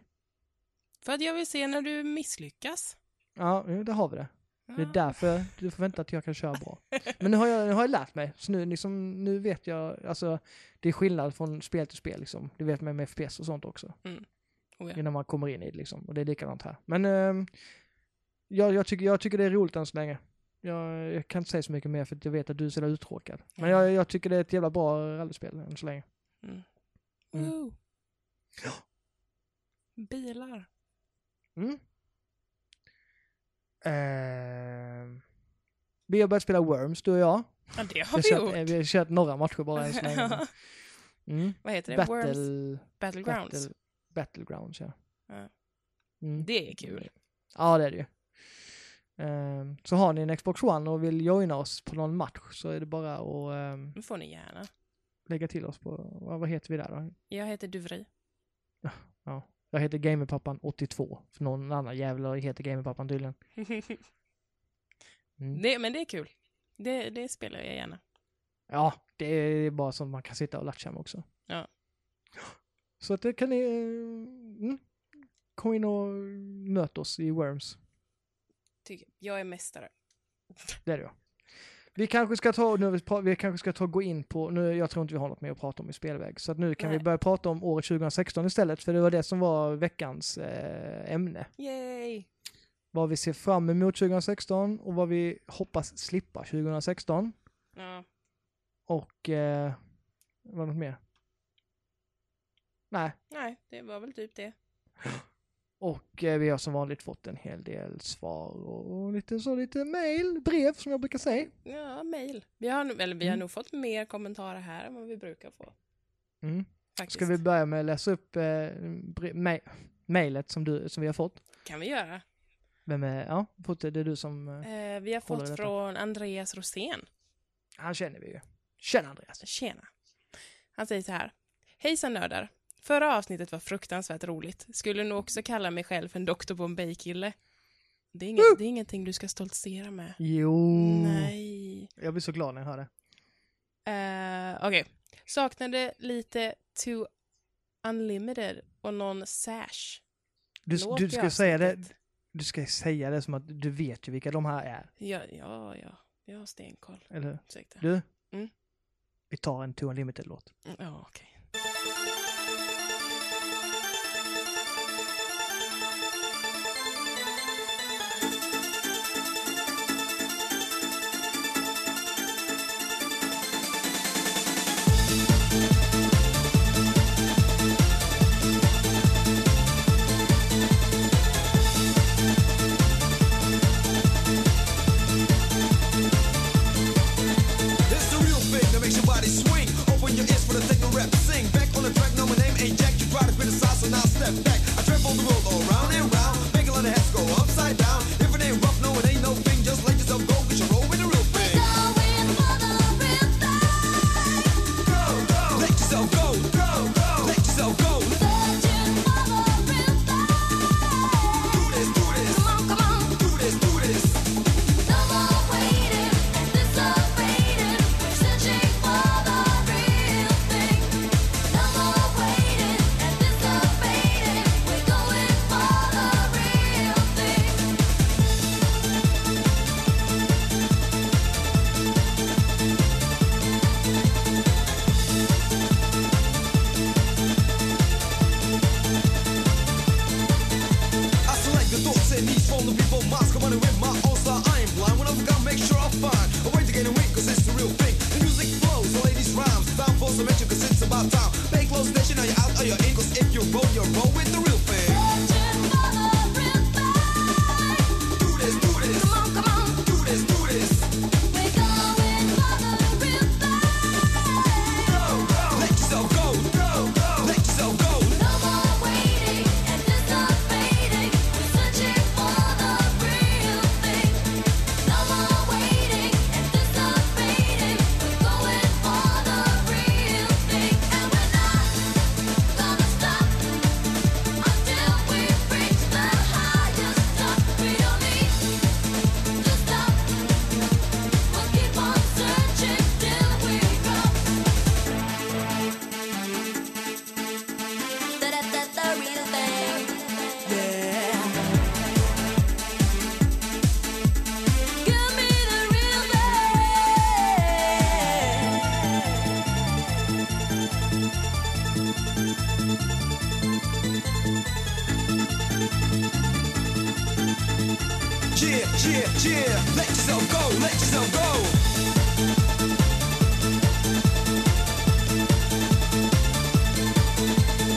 S2: För att jag vill se när du misslyckas.
S1: Ja, jo, där har vi det. Det är
S2: Ja.
S1: därför du får vänta att jag kan köra bra. Men nu har jag, nu har jag lärt mig, så nu, liksom, nu vet jag, alltså det är skillnad från spel till spel liksom. Det vet man med FPS och sånt också.
S2: Oh, ja.
S1: Innan man kommer in i det liksom. Och det är likadant här. Men ehm, jag, jag, tycker, jag tycker det är roligt än så länge. Jag, jag kan inte säga så mycket mer för att jag vet att du är så jävla uttråkad. Men jag, jag tycker det är ett jävla bra rallyspel än så länge. Mm.
S2: Ah, Woo. Bilar.
S1: Mm. Ehm, vi har börjat spela Worms, du och jag.
S2: Ja, det har
S1: Vi har,
S2: vi gjort.
S1: kört, eh, vi har kört några matcher bara än så länge. Mm.
S2: Vad heter det? Worms
S1: Battle,
S2: Battlegrounds.
S1: battle, Battlegrounds, ja.
S2: Ja.
S1: Mm.
S2: Det är kul.
S1: Ja, det är det ju. Ehm, så har ni en Xbox One och vill joina oss på någon match så är det bara att ehm,
S2: Nu får ni gärna.
S1: lägga till oss på, vad, vad heter vi där då?
S2: Jag heter Duvri.
S1: Jag heter Gamerpappan82, för någon annan jävel heter Gamerpappan tydligen. Mm.
S2: det, men det är kul. Det, det spelar jag gärna.
S1: Ja, det är bara som man kan sitta och latcha med också.
S2: Ja.
S1: Så att det kan ni... eh, Mm, kom in och möt oss i Worms.
S2: Tycker jag. jag är mästare.
S1: Det är det ju. Vi kanske ska ta, nu har vi, pra- vi kanske ska ta gå in på, nu, jag tror inte vi har något mer att prata om i spelväg, så att nu kan
S2: Nej.
S1: vi börja prata om året 2016 istället, för det var det som var veckans eh, ämne.
S2: Yay!
S1: Vad vi ser fram emot 2016 och vad vi hoppas slippa 2016.
S2: Ja.
S1: Och, eh, var det något mer? Nej,
S2: Nej, det var väl typ det.
S1: och eh, vi har som vanligt fått en hel del svar och lite så lite mail, brev som jag brukar säga.
S2: Ja, mejl. Vi, har, nu- eller vi har
S1: Mm.
S2: nog fått mer kommentarer här än vad vi brukar få.
S1: Mm.
S2: Faktiskt.
S1: Ska vi börja med att läsa upp eh, bre- ma- mejlet som, du- som vi har fått?
S2: kan vi göra.
S1: Vem är, ja, Putte, det är du som, eh,
S2: Eh, vi
S1: Håller
S2: har fått
S1: detta.
S2: från Andreas Rosén.
S1: han känner vi ju. Tjena Andreas!
S2: Tjena. Han säger så här. Hejsan nördar. Förra avsnittet var fruktansvärt roligt. Skulle nog också kalla mig själv en Dr. Bombay-kille. Det, är inget,
S1: Woo!
S2: det är ingenting du ska stoltsera med.
S1: Jo!
S2: Nej.
S1: Jag blir så glad när jag hör det.
S2: Eh, Okej. Saknade lite To Unlimited och någon Sash.
S1: Du,
S2: Låt
S1: du,
S2: i
S1: ska säga det,
S2: avsnittet.
S1: du ska säga det som att du vet ju vilka de här är,
S2: Ja, ja, ja. Jag har stenkoll.
S1: eller hur?
S2: Ursäkta.
S1: Du?
S2: Mm.
S1: Vi tar en Two Unlimited-låt.
S2: Mm, Ja, okej.
S3: It's the real thing that makes your body swing. Open your ears for the techno rap sing. Back on the track, now my name ain't Jack. You try to criticize, so now step back. I travel the world all round and round. Make a lot of heads go upside down. If it ain't rough, no, it ain't no thing. Just let yourself go, cause you're rolling the real thing.
S4: Going for the real thing,
S3: Go, go. Let yourself go, go, go. Let yourself go.
S4: searching for the real thing.
S3: Do this, do this.
S4: Come on, come on,
S3: Do this, do this.
S4: no more waiting and disobeying. We're searching for the real thing. No more waiting and disobeying. We're going for the real thing.
S3: I select the thoughts and needs from the people minds Come on and with my own style, I ain't blind When I forgot, make sure I find A way to gain a win, cause it's the real thing The music flows, the ladies rhymes Time for some action, cause it's about time Pay close attention, are you out, are you in? Cause if you roll, you roll with the real thing
S4: Searching for the real thing.
S3: Do this, do this
S4: Come on, come on,
S3: Do this, do this
S4: we're going for the real thing.
S3: Go, go Let yourself go, go, go Let yourself go
S4: No more waiting and disobeying. We're searching for the real thing. No more waiting and disobeying. We're going for the real thing, and we're not gonna stop until we reach the highest top. We don't need to stop. We'll keep on searching till we drop. That that's the real thing. Yeah. Give me the real thing.
S3: Yeah, yeah, yeah Let yourself go, let yourself go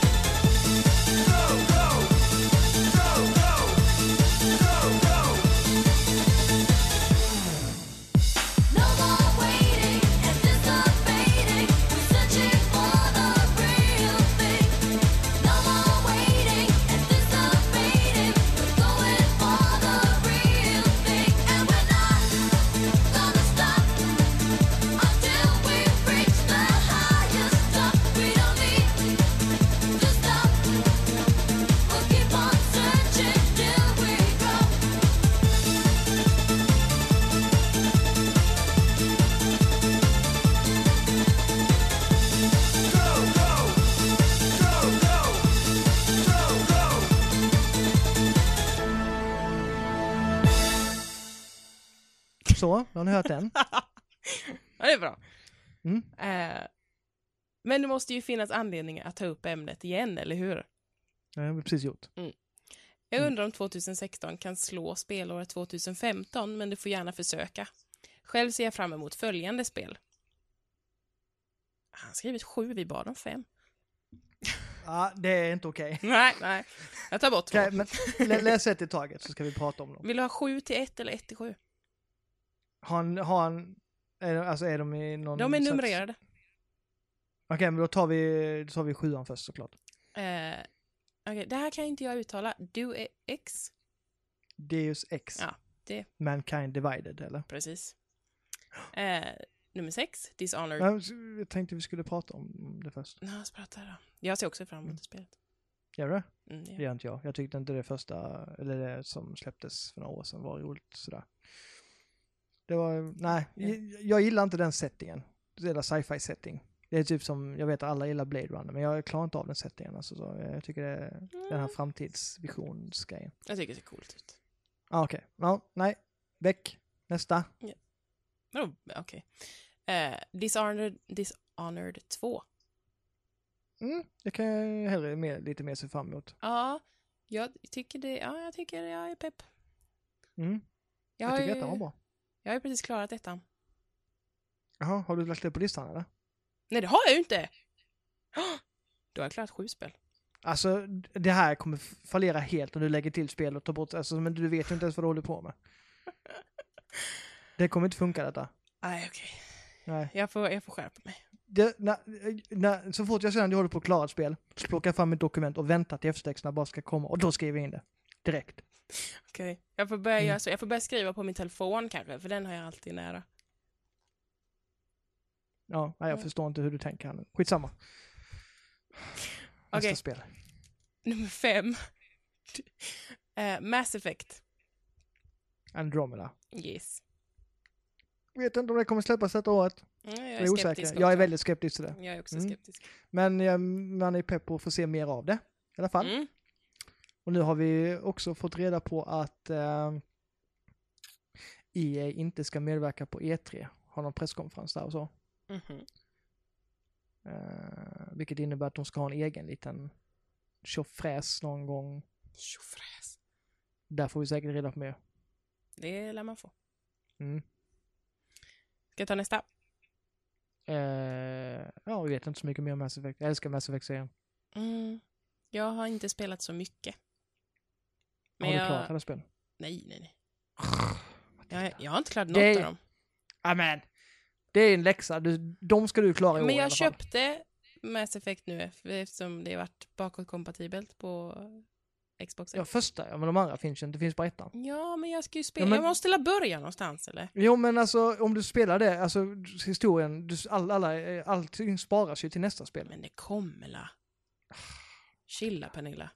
S3: Go, go Go, go Go, go
S4: No more waiting and disobeying. We're searching for the real thing. No more waiting and disobeying. We're going for the real thing, and we're not gonna stop
S1: Så, då har ni hört den.
S2: Ja, det är bra.
S1: Mm.
S2: Eh, men det måste ju finnas anledning att ta upp ämnet igen, eller hur?
S1: Det har vi precis gjort.
S2: Jag
S1: Mm.
S2: undrar om 2016 kan slå spelåret 2015, men du får gärna försöka. Själv ser jag fram emot följande spel. Han har skrivit sju, vi bad om fem.
S1: Ja, det är inte okej.
S2: Nej, nej. Jag tar bort två.
S1: Okej, men lä- läs ett i taget så ska vi prata om dem.
S2: Vill du ha sju till ett eller ett till sju?
S1: Har han, har han är, de- alltså är de i någon
S2: De är
S1: slags-
S2: numrerade.
S1: Okej, men då tar vi, då tar vi sjuan först såklart.
S2: Eh, okej, Det här kan inte jag uttala. Du är X.
S1: Deus Ex.
S2: Ja, det-
S1: Mankind Divided, eller?
S2: Precis. Eh, nummer sex, Dishonored.
S1: Ja, s- Jag tänkte vi skulle prata om det först.
S2: Ja, så pratar jag då. Jag ser också fram
S1: Mm.
S2: emot spelet.
S1: Gör du det?
S2: Mm, det
S1: Det gör inte jag. Jag tyckte inte det första, eller det som släpptes för några år sedan var roligt sådär. Det var, nej,
S2: Ja.
S1: jag, jag gillar inte den settingen. Hela sci-fi setting. Det är typ som, jag vet att alla gillar Blade Runner, men jag klarar inte av den settingen. Alltså, så, eh, jag tycker det är den här framtidsvisionsgrejen.
S2: Mm, Jag tycker det ser coolt ut.
S1: Ah, Okej, Ja, nej, väck, nästa.
S2: Vadå? Oh, Okej. Eh, Dishonored, Dishonored 2.
S1: Mm, det kan jag hellre mer, lite mer se fram emot.
S2: Ja, jag tycker det. Ja, jag tycker jag är pepp.
S1: Mm,
S2: Jag,
S1: jag
S2: har
S1: tycker
S2: ju-
S1: detta var bra.
S2: Jag har ju precis klarat ettan.
S1: Jaha, har du lagt det på listan eller?
S2: Nej, det har jag ju inte! Åh, Då har jag klarat sju spel.
S1: Alltså det här kommer fallera helt om du lägger till spel och tar bort, alltså men du vet ju inte ens vad du håller på med. Det kommer inte funka detta.
S2: Nej, okej.
S1: Nej.
S2: Jag, får, jag får skärpa mig.
S1: Det, när, när, så fort jag känner att jag håller på att klara ett spel, så plockar jag fram ett dokument och väntar till eftertexterna bara ska komma och då skriver jag in det. Direkt.
S2: Okej. Jag får börja
S1: Mm.
S2: göra så. Jag får börja skriva på min telefon kanske, för den har jag alltid nära.
S1: Ja, nej, jag
S2: Ja.
S1: förstår inte hur du tänker här nu. Skitsamma. Nästa
S2: Okej.
S1: spel.
S2: Nummer fem. Eh, Mass Effect.
S1: Andromeda.
S2: Yes.
S1: Vet inte om det kommer släppas detta året.
S2: Mm, jag
S1: Jag är
S2: skeptisk
S1: osäker. Jag är
S2: också.
S1: väldigt skeptisk till det.
S2: Jag är också
S1: Mm.
S2: skeptisk.
S1: Men jag, man är pepp på att få se mer av det. I alla fall.
S2: Mm.
S1: Och nu har vi också fått reda på att eh, EA inte ska medverka på E3. Har någon presskonferens där och så.
S2: Mhm.
S1: Eh, vilket innebär att de ska ha en egen liten tjofräs någon gång.
S2: Tjofräs.
S1: Där får vi säkert reda på mer.
S2: Det lär man få.
S1: Mm.
S2: Ska jag ta nästa?
S1: Eh, ja, vi vet inte så mycket mer om Mass Effect. Jag älskar Mass Effect-serien.
S2: Mm. Jag har inte spelat så mycket.
S1: Har
S2: Men
S1: du
S2: jag...
S1: klarat alla spel?
S2: Nej, nej, nej. Jag, jag har inte klarat något
S1: Det-
S2: av dem.
S1: Amen. Det är en läxa. Du, de ska du klara i år
S2: Men
S1: i alla
S2: jag
S1: fall.
S2: köpte Mass Effect nu för- eftersom det har varit bakåtkompatibelt på Xbox.
S1: Ja,
S2: Ja.
S1: första ja, men de andra finns ju inte. Det finns bara ettan.
S2: men jag ska ju spela.
S1: Ja, men-
S2: Jag måste la börja någonstans eller?
S1: Jo men alltså om du spelar det, alltså historien, du, all, alla, eh, allting sparas ju till nästa spel.
S2: Men det kommer la. Chilla Pernilla.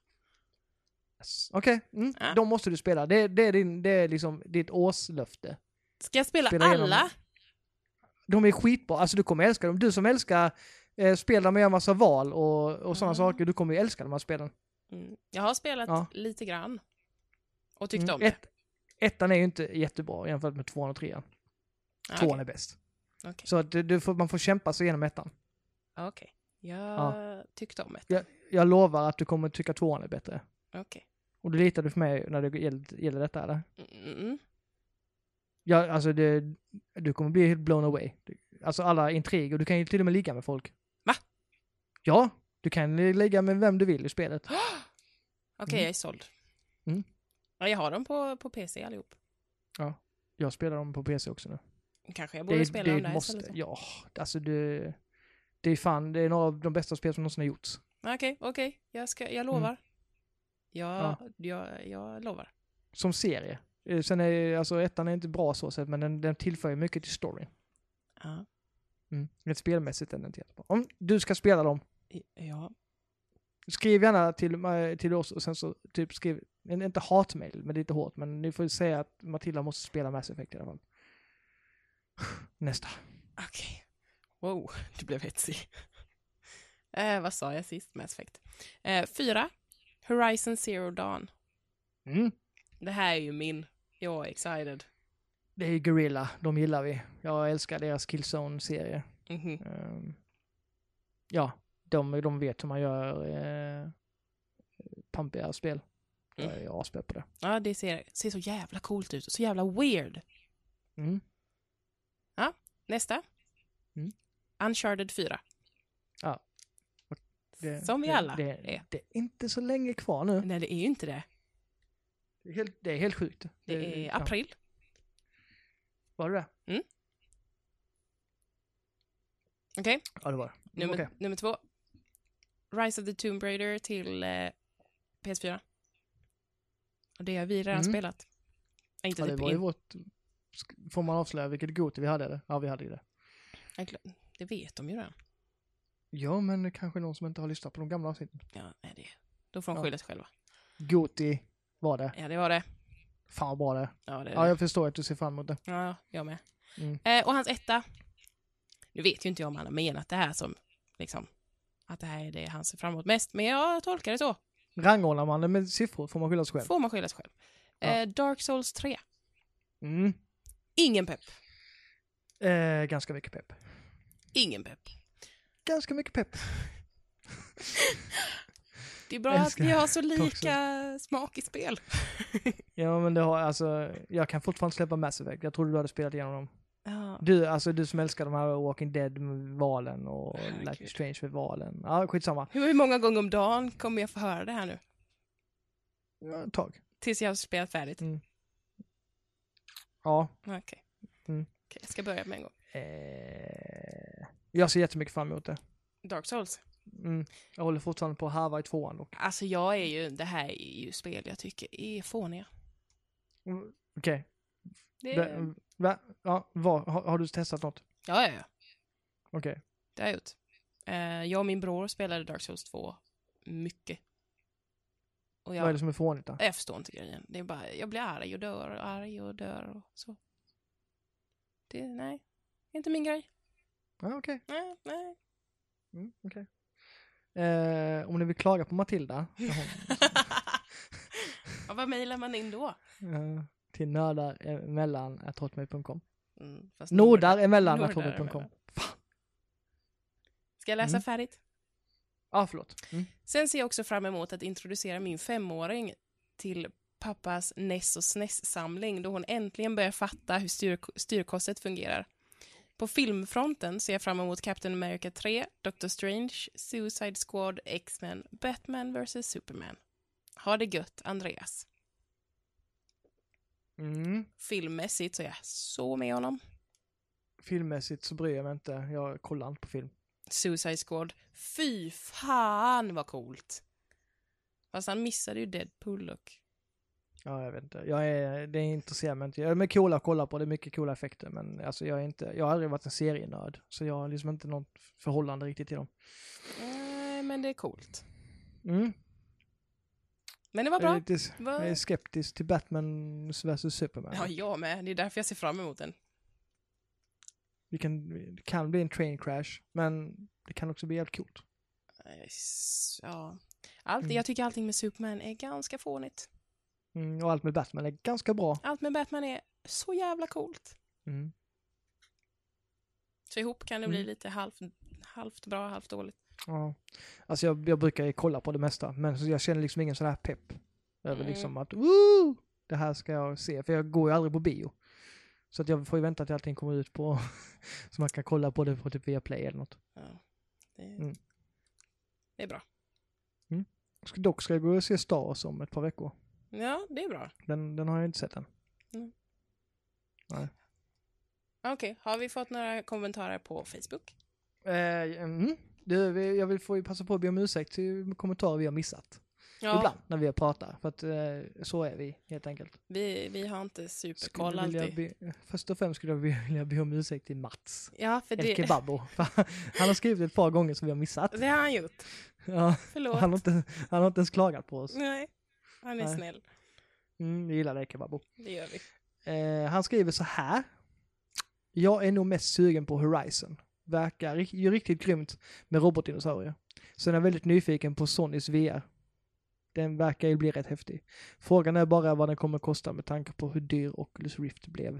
S1: Yes. Okej, mm,
S2: Ja.
S1: de måste du spela. Det, det, är, din, det är liksom ditt årslöfte.
S2: Ska jag spela,
S1: Spela igenom-
S2: alla?
S1: De är skitbra, alltså du kommer älska dem. Du som älskar eh, spel där man gör massa val och, och sådana
S2: Mm.
S1: saker, du kommer ju älska de här spelen.
S2: Mm. Jag har spelat
S1: Ja.
S2: lite grann. Och tyckte
S1: Mm,
S2: om det.
S1: ett- Ettan är ju inte jättebra jämfört med tvåan och trean.
S2: Ja,
S1: Tvåan
S2: Ah, Okej.
S1: är bäst.
S2: Okej.
S1: Så att du, du får, man får kämpa sig igenom ettan.
S2: Okej. Jag tyckte om det.
S1: Jag, jag lovar att du kommer tycka tvåan är bättre.
S2: Okej.
S1: Och du litar du på mig när det gäller, gäller detta eller?
S2: Mm, Mm.
S1: Ja, alltså det, du kommer bli helt blown away. Alltså alla intriger, du kan ju till och med ligga med folk.
S2: Va?
S1: Ja, du kan ligga med vem du vill i spelet.
S2: Okej,
S1: Mm.
S2: jag är såld.
S1: Mm.
S2: Ja, jag har dem på, på PC allihop.
S1: Jag spelar dem på PC också nu.
S2: Kanske jag borde
S1: är-
S2: spela
S1: det är
S2: dem
S1: ett
S2: där
S1: måste.
S2: istället.
S1: Ja, alltså det, det är fan, det är några av de bästa spel som någonsin har gjorts.
S2: Okej, okej. Jag, ska-
S1: Mm.
S2: jag lovar. Jag, jag, jag lovar.
S1: Som serie. Eh, Sen är alltså ettan är inte bra så sett, men den, den tillför ju mycket till storyn.
S2: Ja.
S1: Mm. Rent spelmässigt är den inte jättebra. Om du ska spela dem,
S2: ja.
S1: Skriv gärna till, eh, till oss och sen så typ skriv, en- inte hatmail, men lite hårt, men ni får säga att Matilda måste spela Mass Effect i alla fall. Nästa.
S2: Okej. Wow, du blev hetsig. eh, vad sa jag sist? Mass Effect. Eh, fyra. Horizon Zero Dawn.
S1: Mm.
S2: Det här är ju min. Jag är excited.
S1: Det är ju Gorilla, de gillar vi. Jag älskar deras Killzone-serie.
S2: Mhm.
S1: Ehm, ja, de, de vet hur man gör eh, pampiga spel. Jag
S2: Mm.
S1: är aspepp på det.
S2: Ja, det ser, ser så jävla coolt ut. Så jävla weird.
S1: Mm.
S2: Nästa.
S1: Mm.
S2: Uncharted 4.
S1: Ja. Det,
S2: Som vi
S1: det-
S2: alla
S1: det,
S2: är.
S1: det är inte så länge kvar nu.
S2: Nej, det är ju inte det.
S1: Det är helt, det är helt sjukt.
S2: Det är
S1: ja, Mm,
S2: april.
S1: Var det det?
S2: Mm. Okej,
S1: Ja, det var det.
S2: nummer,
S1: Okej.
S2: nummer två. Rise of the Tomb Raider till eh, PS4. Och det har vi redan
S1: Mm.
S2: spelat. Nej, Inte
S1: Ja, det
S2: typ
S1: var ju
S2: in,
S1: vårt... sk- Får man avslöja vilket goti vi hade? Eller? Ja, vi hade ju det.
S2: det vet de ju redan.
S1: Ja, men det kanske är någon som inte har lyssnat på de gamla avsnitten.
S2: Ja, nej, det, då får de
S1: Ja.
S2: skylla sig själva.
S1: Goti var det.
S2: Ja, det var det.
S1: Fan vad bra det är.
S2: Ja, det,
S1: Ja, jag förstår att du ser fram emot det.
S2: Ja, jag med.
S1: Mm.
S2: Eh, och hans etta. Nu vet ju inte jag om han har menat det här som, liksom, att det här är det han ser fram emot mest, men jag tolkar det så.
S1: Rangordnar man det med siffror får man skylla sig själv.
S2: Får man skylla sig själv.
S1: Ja.
S2: Eh, Dark Souls 3.
S1: Mm.
S2: Ingen pepp.
S1: Eh, ganska mycket pepp.
S2: Ingen pepp.
S1: Ganska mycket pepp.
S2: Det är bra
S1: Älskar
S2: att vi har så
S1: Dark
S2: lika smak i spel.
S1: Ja, men det har alltså... Jag kan fortfarande släppa Mass Effect. Jag trodde du hade spelat igenom dem.
S2: Ja.
S1: Du, alltså du som älskar de här Walking Dead-valen och
S2: Herregud.
S1: Life is Strange-valen. Ja, skitsamma.
S2: Hur hur många gånger om dagen kommer jag få höra det här nu?
S1: Ja, ett tag.
S2: Tills jag har spelat färdigt.
S1: Mm. Ja,
S2: Okej. Okej,
S1: Mm.
S2: jag ska börja med en gång.
S1: Eh, jag ser jättemycket fram emot det.
S2: Dark Souls.
S1: Mm. Jag håller fortfarande på att harva i tvåan dock.
S2: Alltså jag är ju, det här är ju spel jag tycker är fåniga.
S1: Mm, Okej.
S2: Det, ja,
S1: Det- Va? Ja, vad? Har, har du testat något?
S2: ja, ja.
S1: Okej.
S2: Det har jag gjort. Eh, jag och min bror spelade Dark Souls 2 mycket. Och
S1: Vad är
S2: jag,
S1: det som är fånigt då?
S2: jag förstår inte grejen. Det är bara, jag blir arg och dör och arg och dör och så. Det, nej. Inte min grej.
S1: Ja, okej.
S2: Nej, nej.
S1: Mm, okej. Eh, om ni vill klaga på Matilda när hon,
S2: ja, vad mejlar man in då?
S1: eh, till nördaremellan.hotmail.com
S2: Mm, fast
S1: Nordaremellan.hotmail.com
S2: Ska jag läsa
S1: Mm.
S2: färdigt?
S1: Ja, ah, förlåt. Mm.
S2: Sen ser jag också fram emot att introducera min femåring till pappas NES och SNES-samling då hon äntligen börjar fatta hur styr styrkorset fungerar. På filmfronten ser jag fram emot Captain America 3, Doctor Strange, Suicide Squad, X-Men, Batman vs Superman. Ha det gött, Andreas.
S1: Mm.
S2: Filmmässigt så är jag så med honom.
S1: Filmmässigt så bryr jag mig inte. Jag kollar inte på film.
S2: Suicide Squad. Fy fan vad coolt! Fast han missade ju Deadpool och...
S1: Ja, jag vet inte. Jag är, det intresserar mig inte. Jag är med coola att kolla på, det är mycket coola effekter. Men alltså jag är inte, jag har aldrig varit en serienörd. Så jag har liksom inte något förhållande riktigt till dem.
S2: Nej, men det är coolt.
S1: Mm.
S2: Men det var
S1: Jag är,
S2: bra.
S1: lite, s-
S2: Vad-
S1: jag är skeptisk till Batman vs Superman.
S2: Ja, jag med. Det är därför jag ser fram emot den.
S1: Vi kan, det kan bli en train crash, men det kan också bli jävligt coolt.
S2: S- Ja. Allt,
S1: Mm.
S2: Jag tycker allting med Superman är ganska fånigt.
S1: Mm, och allt med Batman är ganska bra.
S2: Allt med Batman är så jävla coolt.
S1: Mm.
S2: Så ihop kan det bli
S1: Mm.
S2: lite halvt, halvt bra, halvt dåligt.
S1: Ja. Alltså jag, jag brukar ju kolla på det mesta, men så jag känner liksom ingen sån här pepp. Över
S2: Mm.
S1: liksom att Woo! det här ska jag se, för jag går ju aldrig på bio. Så att jag får ju vänta till allting kommer ut på, så man kan kolla på det på typ Viaplay eller något.
S2: Ja. Det,
S1: Mm.
S2: det är bra.
S1: Ska- Dock ska jag gå och se Stars om ett par veckor.
S2: Ja, det är bra.
S1: Den, den har jag inte sett än.
S2: Okej, har vi fått några kommentarer på Facebook?
S1: Eh, mm. Du, vi- jag vill få passa på att be om ursäkt till kommentarer vi har missat.
S2: Ja,
S1: ibland när vi pratar. För att eh, så är vi helt enkelt.
S2: Vi, vi har inte
S1: Skulle
S2: superkoll
S1: vilja
S2: alltid.
S1: be, först och främst skulle jag vilja be om ursäkt till Mats.
S2: Ja, för
S1: El
S2: det,
S1: Kebabbo. För Han har skrivit ett par gånger som vi har missat.
S2: det har han gjort.
S1: Ja, och
S2: Förlåt.
S1: han, har inte, han har inte ens klagat på oss.
S2: Nej, han är
S1: Nej.
S2: snäll.
S1: Mm, jag gillar El Kebabbo.
S2: Det gör vi.
S1: Eh, han skriver så här. Jag är nog mest sugen på Horizon. Verkar ri- ju riktigt grymt med robotdinosaurier. Sen är jag väldigt nyfiken på Sonys VR. Den verkar ju bli rätt häftig. Frågan är bara vad den kommer kosta med tanke på hur dyr Oculus Rift blev.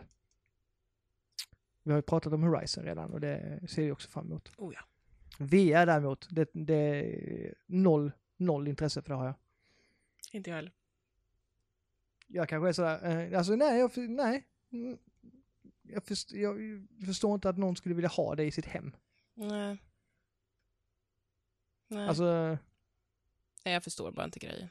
S1: Vi har ju pratat om Horizon redan och det ser vi också fram emot.
S2: Oh ja.
S1: VR däremot, det, det är noll, noll intresse för det har jag.
S2: Inte jag heller.
S1: Jag kanske är sådär, eh, alltså nej, jag, för- nej. Mm. Jag, först, jag förstår inte att någon skulle vilja ha det i sitt hem.
S2: Nej. Nej.
S1: Alltså,
S2: Nej, jag förstår bara inte grejen.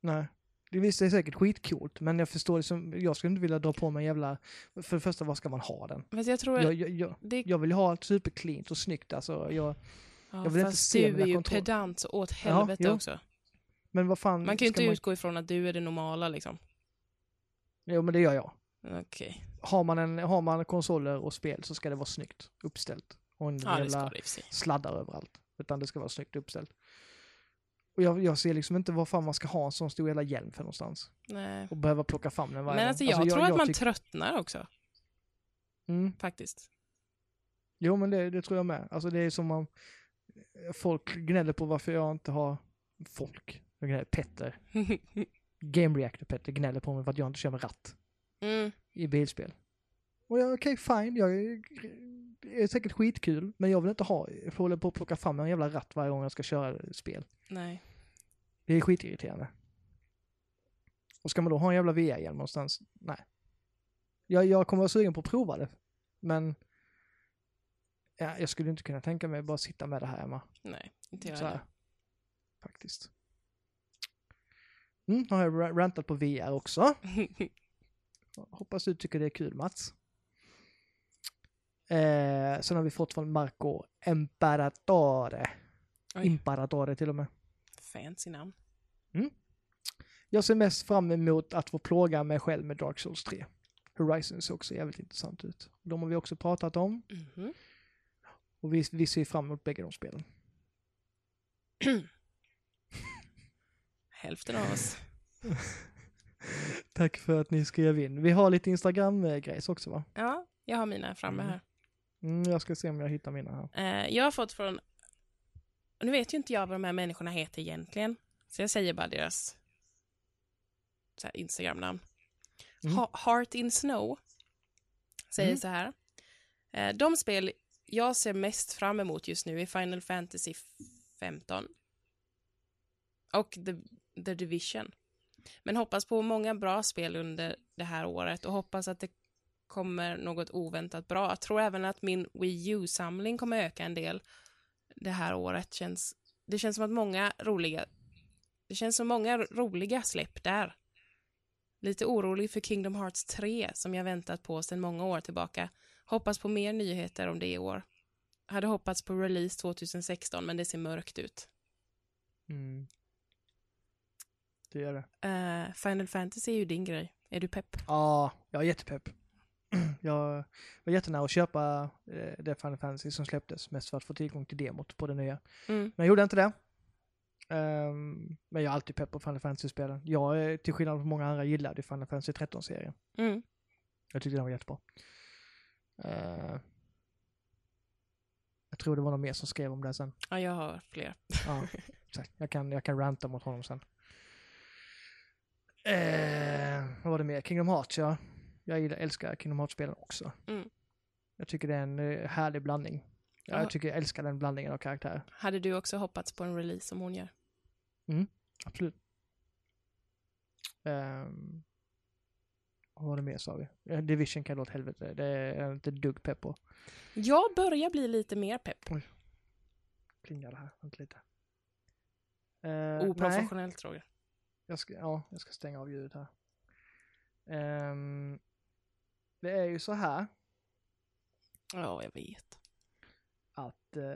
S1: nej. Det visst det är säkert skitcoolt, men jag förstår det som, jag skulle inte vilja dra på mig en jävla, för det första, var ska man ha den?
S2: Fast jag tror
S1: Jag, jag, jag,
S2: det...
S1: jag vill ha allt supercleant och snyggt alltså. Jag,
S2: Ja,
S1: jag vill inte
S2: fast
S1: se
S2: du
S1: mina
S2: är ju
S1: kontroll.
S2: pedant så åt helvete
S1: jo.
S2: också.
S1: men vad fan.
S2: Man kan ju
S1: ska
S2: inte utgå ifrån att du är det normala liksom.
S1: Jo men det gör jag.
S2: Okej.
S1: Har man, en, har man konsoler och spel så ska det vara snyggt uppställt. Och inte
S2: Ja, det ska
S1: jävla
S2: det i och för sig.
S1: sladdar överallt. Utan det ska vara snyggt uppställt. Och jag, jag ser liksom inte vad fan man ska ha en sån stor jävla hjälm för någonstans.
S2: Nej.
S1: Och behöva plocka fram den varje
S2: Men
S1: gång.
S2: alltså jag tror att man
S1: tycker-
S2: tröttnar också,
S1: mm,
S2: faktiskt.
S1: Jo men det, det tror jag med. Alltså det är som om folk gnäller på varför jag inte har folk. Jag gnäller, Petter. Game Reactor Petter gnäller på mig för att jag inte kör med ratt.
S2: mm.
S1: i bilspel. Och jag, okej fine, jag är, är säkert skitkul, men jag vill inte ha, hålla på att plocka fram en jävla ratt varje gång jag ska köra spel.
S2: Nej.
S1: Det är skitirriterande. Och ska man då ha en jävla VR-hjälm någonstans? Nej. Jag, jag kommer vara sugen på att prova det, men ja, jag skulle inte kunna tänka mig att bara sitta med det här hemma.
S2: Nej, inte jag
S1: Så här.
S2: heller.
S1: Faktiskt. Mm, nu har jag ra- rantat på VR också. Hoppas du tycker det är kul Mats. Eh, sen har vi fått från Marco Imperatore.
S2: Oj.
S1: Imperatore till och med.
S2: Fancy namn.
S1: Jag ser mest fram emot att få plåga mig själv med Dark Souls 3. Horizon ser också jävligt intressant ut. De har vi också pratat om
S2: Mhm.
S1: och vi, vi ser fram emot bägge de spelen.
S2: Hälften av oss.
S1: Tack för att ni skrev in. Vi har lite Instagram-grejs också va?
S2: Ja, jag har mina framme här.
S1: Mm, jag ska se om jag hittar mina här.
S2: Eh, jag har fått från... Nu vet ju inte jag vad de här människorna heter egentligen. Så jag säger bara deras så här, Instagram-namn.
S1: Mm.
S2: Ha- Heart in Snow säger
S1: Mm.
S2: så här. Eh, de spel jag ser mest fram emot just nu är Final Fantasy 15 och The, The Division. Men hoppas på många bra spel under det här året och hoppas att det kommer något oväntat bra. Jag tror även att min Wii U-samling kommer öka en del det här året. Känns, det känns som att många roliga det känns som många ro- roliga släpp där. Lite orolig för Kingdom Hearts 3 som jag väntat på sedan många år tillbaka. Hoppas på mer nyheter om det i år. Hade hoppats på release 2016 men det ser mörkt ut.
S1: Mm. Det gör det.
S2: Eh, Final Fantasy är ju din grej. Är du pepp?
S1: Ja, jag är jättepepp. Jag var jättenära att köpa eh, det Final Fantasy som släpptes, mest för att få tillgång till demot på det nya.
S2: Mm.
S1: Men jag gjorde inte det. Ehm, men jag är alltid pepp på Final Fantasy-spelen. Jag, eh, till skillnad från många andra, gillade Final Fantasy 13-serien.
S2: Mm.
S1: Jag tyckte den var jättebra. Eh, jag tror det var någon mer som skrev om det sen.
S2: Ja, jag har fler.
S1: Ja, exakt. Jag kan, jag kan ranta mot honom sen. Eh, vad var det mer? Kingdom Hearts, ja. Jag gillar, älskar Kingdom Hearts-spelen också.
S2: Mm.
S1: Jag tycker det är en eh, härlig blandning. Ja,
S2: Ja.
S1: jag tycker jag älskar den blandningen av karaktärer.
S2: Hade du också hoppats på en release som hon gör?
S1: Absolut. Ehm, vad var det mer sa vi? Eh, Division kan jag dra åt helvete. Det är jag inte ett dugg pepp på.
S2: Jag börjar bli lite mer pepp.
S1: Klingar det här, vänta lite.
S2: Oh,
S1: Eh, nej.
S2: Oprofessionellt, Roger.
S1: Jag ska, ja, jag ska stänga av ljudet här. Ehm, det är ju så här
S2: Ja, jag vet.
S1: att eh,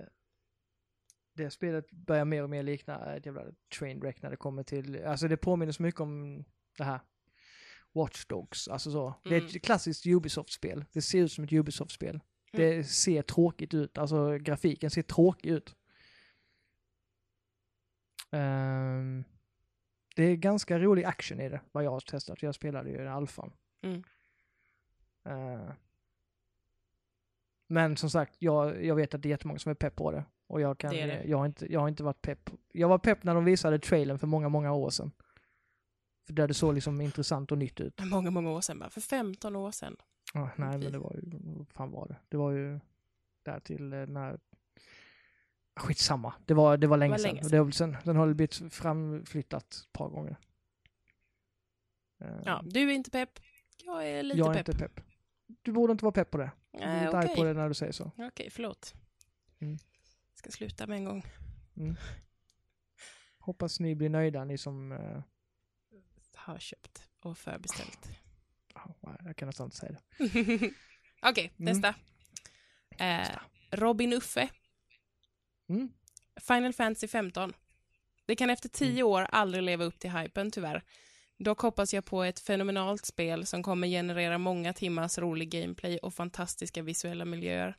S1: det spelet börjar mer och mer likna ett jävla trainwreck när det kommer till, alltså det påminner så mycket om det här Watch Dogs, alltså så. Det är
S2: Mm.
S1: ett klassiskt Ubisoft-spel. Det ser ut som ett Ubisoft-spel. Det ser tråkigt ut, alltså grafiken ser tråkig ut. Ehm, det är ganska rolig action i det, vad jag har testat. Jag spelade ju i alfan.
S2: Mm.
S1: Ehm, men som sagt, jag, jag vet att det är jättemånga som är pepp på det. Och jag, kan,
S2: Det är det.
S1: Jag, har inte, jag har inte varit pepp. Jag var pepp när de visade trailern för många, många år sedan. För där det såg liksom intressant och nytt ut.
S2: Många, många år sedan bara. För 15 år sedan.
S1: Ja, nej, men
S2: Precis.
S1: det var ju, vad fan var det? Det var ju där till eh, när, Ah, skitsamma, det var, det var länge
S2: var
S1: sedan.
S2: länge
S1: Och Det var väl sen. Den har blivit framflyttat ett par gånger. Eh,
S2: Ja, du är inte pepp. Jag är lite
S1: jag är
S2: pepp.
S1: inte pepp. Du borde inte vara pepp på det. Du borde
S2: Nej,
S1: inte arg
S2: okej.
S1: på det när du säger så.
S2: Okej, förlåt.
S1: Mm.
S2: Ska sluta med en gång.
S1: Hoppas ni blir nöjda, ni som... eh,
S2: Har köpt och förbeställt.
S1: ah, jag kan nästan inte säga det.
S2: Okej,
S1: Mm.
S2: nästa. Eh, Robin Uffe,
S1: Mm.
S2: Final Fantasy 15. Det kan efter tio år aldrig leva upp till hypen tyvärr. Dock hoppas jag på ett fenomenalt spel som kommer generera många timmars rolig gameplay och fantastiska visuella miljöer.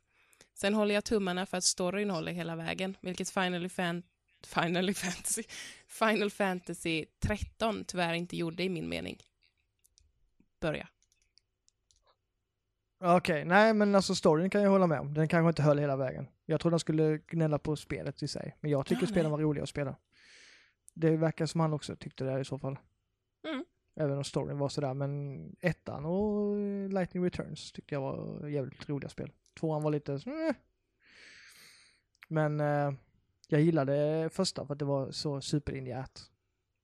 S2: Sen håller jag tummarna för att storyn håller hela vägen, vilket Final, Fan- Final Fantasy Final Fantasy 13 tyvärr inte gjorde i min mening. Börja.
S1: Okej, nej men alltså storyn kan jag hålla med om. Den kanske inte höll hela vägen. Jag trodde han skulle gnälla på spelet i sig, men jag tycker
S2: Ja,
S1: spelen
S2: nej.
S1: var roliga att spela. Det verkar som han också tyckte det i så fall.
S2: Mm.
S1: Även om storyn var sådär, men ettan och eh, Lightning Returns tyckte jag var jävligt roliga spel. Tvåan var lite så, eh. Men eh, jag gillade första för att det var så superlinjärt.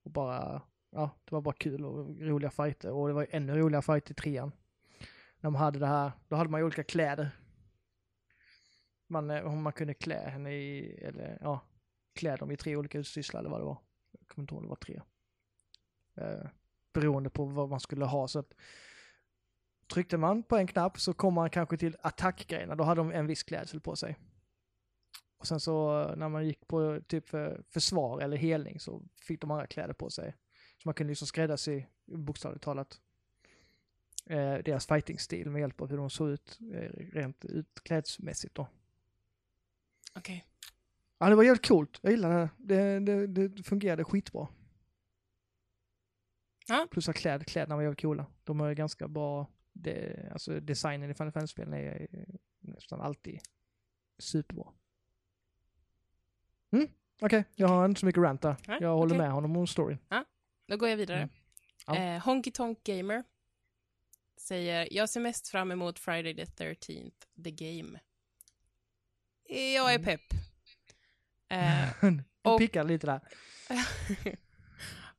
S1: Och bara, ja, det var bara kul och roliga fighter. Och det var ju ännu roligare fighter i trean. När man hade det här, då hade man ju olika kläder. Man, eh, om man kunde klä henne i, eller ja, klä dem i tre olika utsysslor eller vad det var. Jag kommer inte ihåg, om det var tre. Eh, beroende på vad man skulle ha så att tryckte man på en knapp så kom man kanske till attackgrejerna, då hade de en viss klädsel på sig. Och sen så eh, när man gick på typ för försvar eller helning så fick de andra kläder på sig. Så man kunde liksom skräddarsy, bokstavligt talat, eh, deras fighting-stil med hjälp av hur de såg ut eh, rent utklädsmässigt då.
S2: Okej.
S1: Ja, det var jävligt coolt. Jag gillade det. Det, det, det fungerade skitbra.
S2: Ja.
S1: Plus att kläd, kläderna var jävligt coola. De har ju ganska bra, det, alltså designen i Final Fantasy-spelen är eh, nästan alltid superbra. Mm, okej. Jag har inte så mycket rant där.
S2: Nej,
S1: Jag håller
S2: okej.
S1: med honom om storyn.
S2: Då går jag vidare.
S1: Mm. Ja.
S2: Eh, Honky Tonk Gamer säger, jag ser mest fram emot Friday the 13th, the game. Eh, Jag är
S1: Mm.
S2: pepp. Eh,
S1: du
S2: och-
S1: pickade lite där.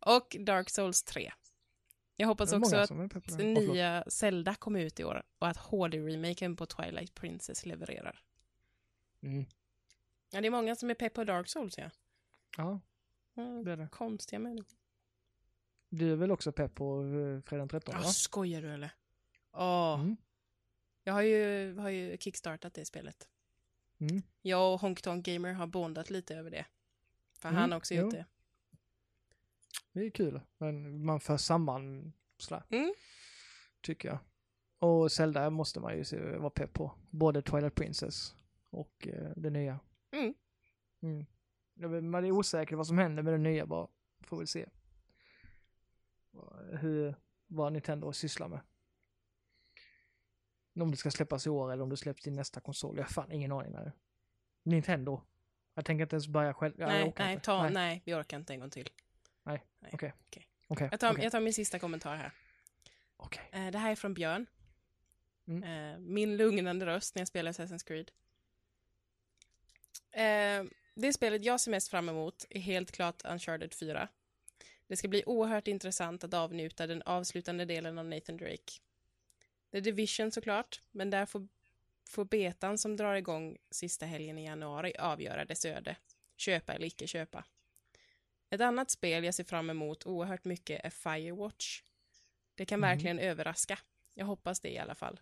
S2: och Dark Souls 3. Jag hoppas också att
S1: som är peppade. Åh, förlåt.
S2: nya Zelda kommer ut i år och att HD-remaken på Twilight Princess levererar.
S1: Mm.
S2: Ja, det är många som är pepp på Dark Souls, ja.
S1: Ja,
S2: Mm,
S1: det är det.
S2: konstiga människor.
S1: Du är väl också pepp på eh, fredag den 13?
S2: Ja,
S1: va?
S2: skojar du eller? Åh.
S1: Mm.
S2: Jag har ju, har ju kickstartat det spelet.
S1: Mm.
S2: Jag och Honk Tonk Gamer har bondat lite över det. För
S1: Mm,
S2: han har också gjort
S1: jo.
S2: det.
S1: Det är kul. Men man för samman sådär.
S2: Mm.
S1: Tycker jag. Och Zelda måste man ju se, vara pepp på. Både Twilight Princess och eh, det nya.
S2: Mm.
S1: Mm. Jag vet- Man är osäker vad som händer med det nya bara. Får väl se. Hur, vad Nintendo sysslar med. Om det ska släppas i år eller om det släpps till nästa konsol. Jag har fan ingen aning. Där. Nintendo. Jag tänker inte ens börja själv. Ja, jag
S2: nej,
S1: orkar
S2: nej,
S1: inte.
S2: ta, nej. vi orkar inte en gång till.
S1: Nej, okej. Okej,
S2: Jag, tar,
S1: okej,
S2: jag tar min sista kommentar här.
S1: okej.
S2: Eh, det här är från Björn.
S1: Mm.
S2: Eh, min lugnande röst när jag spelar Assassin's Creed. Eh, det spelet jag ser mest fram emot är helt klart Uncharted 4. Det ska bli oerhört intressant att avnjuta den avslutande delen av Nathan Drake. The Division såklart, men där får, får betan som drar igång sista helgen i januari avgöra dess öde. Köpa eller icke köpa. Ett annat spel jag ser fram emot oerhört mycket är Firewatch. Det kan
S1: Mhm.
S2: verkligen överraska. Jag hoppas det i alla fall.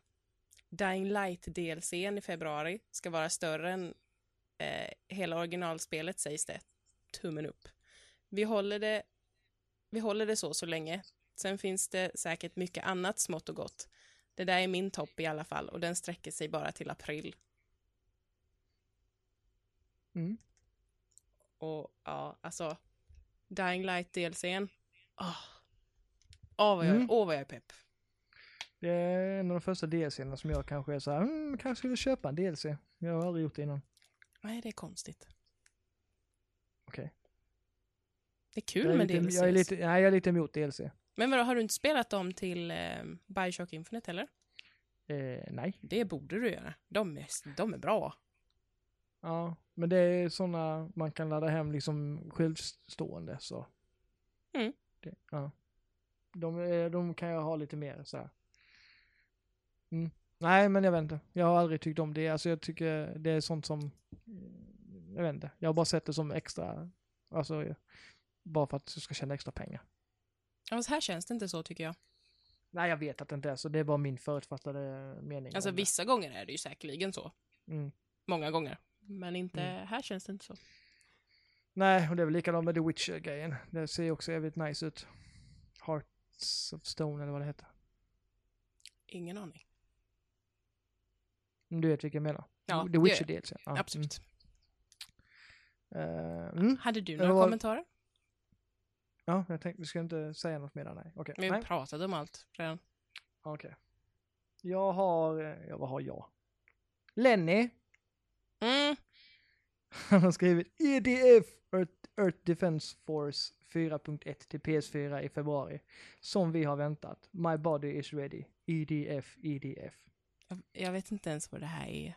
S2: Dying Light DLCn i februari ska vara större än eh, hela originalspelet sägs det. Tummen upp. Vi håller det, vi håller det så så länge. Sen finns det säkert mycket annat smått och gott. Det där är min topp i alla fall och den sträcker sig bara till april.
S1: Mm.
S2: Och ja, alltså Dying Light DLCn. Åh, Åh, vad, jag,
S1: Mm.
S2: åh vad jag är pepp.
S1: Det är en av de första DLCn som jag kanske är så här, mm, kanske ska vi köpa en DLC. Jag har aldrig gjort det innan.
S2: Nej, det är konstigt.
S1: Okej.
S2: Det är kul
S1: Jag, är
S2: med
S1: lite-
S2: DLCs.
S1: jag, är lite- nej, jag är lite emot DLC.
S2: Men vadå, har du inte spelat dem till eh, Bioshock Infinite heller?
S1: Eh, nej.
S2: Det borde du göra. De är, de är bra.
S1: Ja, men det är sådana man kan ladda hem liksom självstående så.
S2: Mm.
S1: Det, ja. de, eh, de kan jag ha lite mer så här. Mm. Nej, men jag vet inte. Jag har aldrig tyckt om det. Alltså jag tycker det är sånt som, eh, jag vet inte. Jag har bara sett det som extra, alltså eh, bara för att jag ska tjäna extra pengar.
S2: Ja, så här känns det inte så tycker jag.
S1: Nej, jag vet att det inte är så. Det är bara min förutfattade mening.
S2: Alltså
S1: om det.
S2: vissa gånger är det ju säkerligen så.
S1: Mm.
S2: Många gånger. Men inte, här känns det inte så.
S1: Nej, och det är väl likadant med The Witcher-grejen. Det ser ju också jävligt nice ut. Hearts of Stone eller vad det heter.
S2: Ingen aning.
S1: Mm, Du vet vilken jag menar?
S2: Ja,
S1: The
S2: det
S1: Witcher
S2: gör
S1: DLC. Ja,
S2: jag. Absolut.
S1: Mm. Eh, mm.
S2: Hade du
S1: Det
S2: några
S1: var-
S2: kommentarer?
S1: Ja, jag tänkte, vi ska inte säga något mer där, nej. Okej. Nej.
S2: Vi har pratat om allt redan.
S1: Okej. Jag har, eh, ja, vad har jag? Lenny,
S2: Mm.
S1: han har skrivit EDF, Earth, Earth Defense Force 4.1 till PS4 i februari. Som vi har väntat. My body is ready. E EDF, EDF.
S2: Jag, jag vet inte ens vad det här är.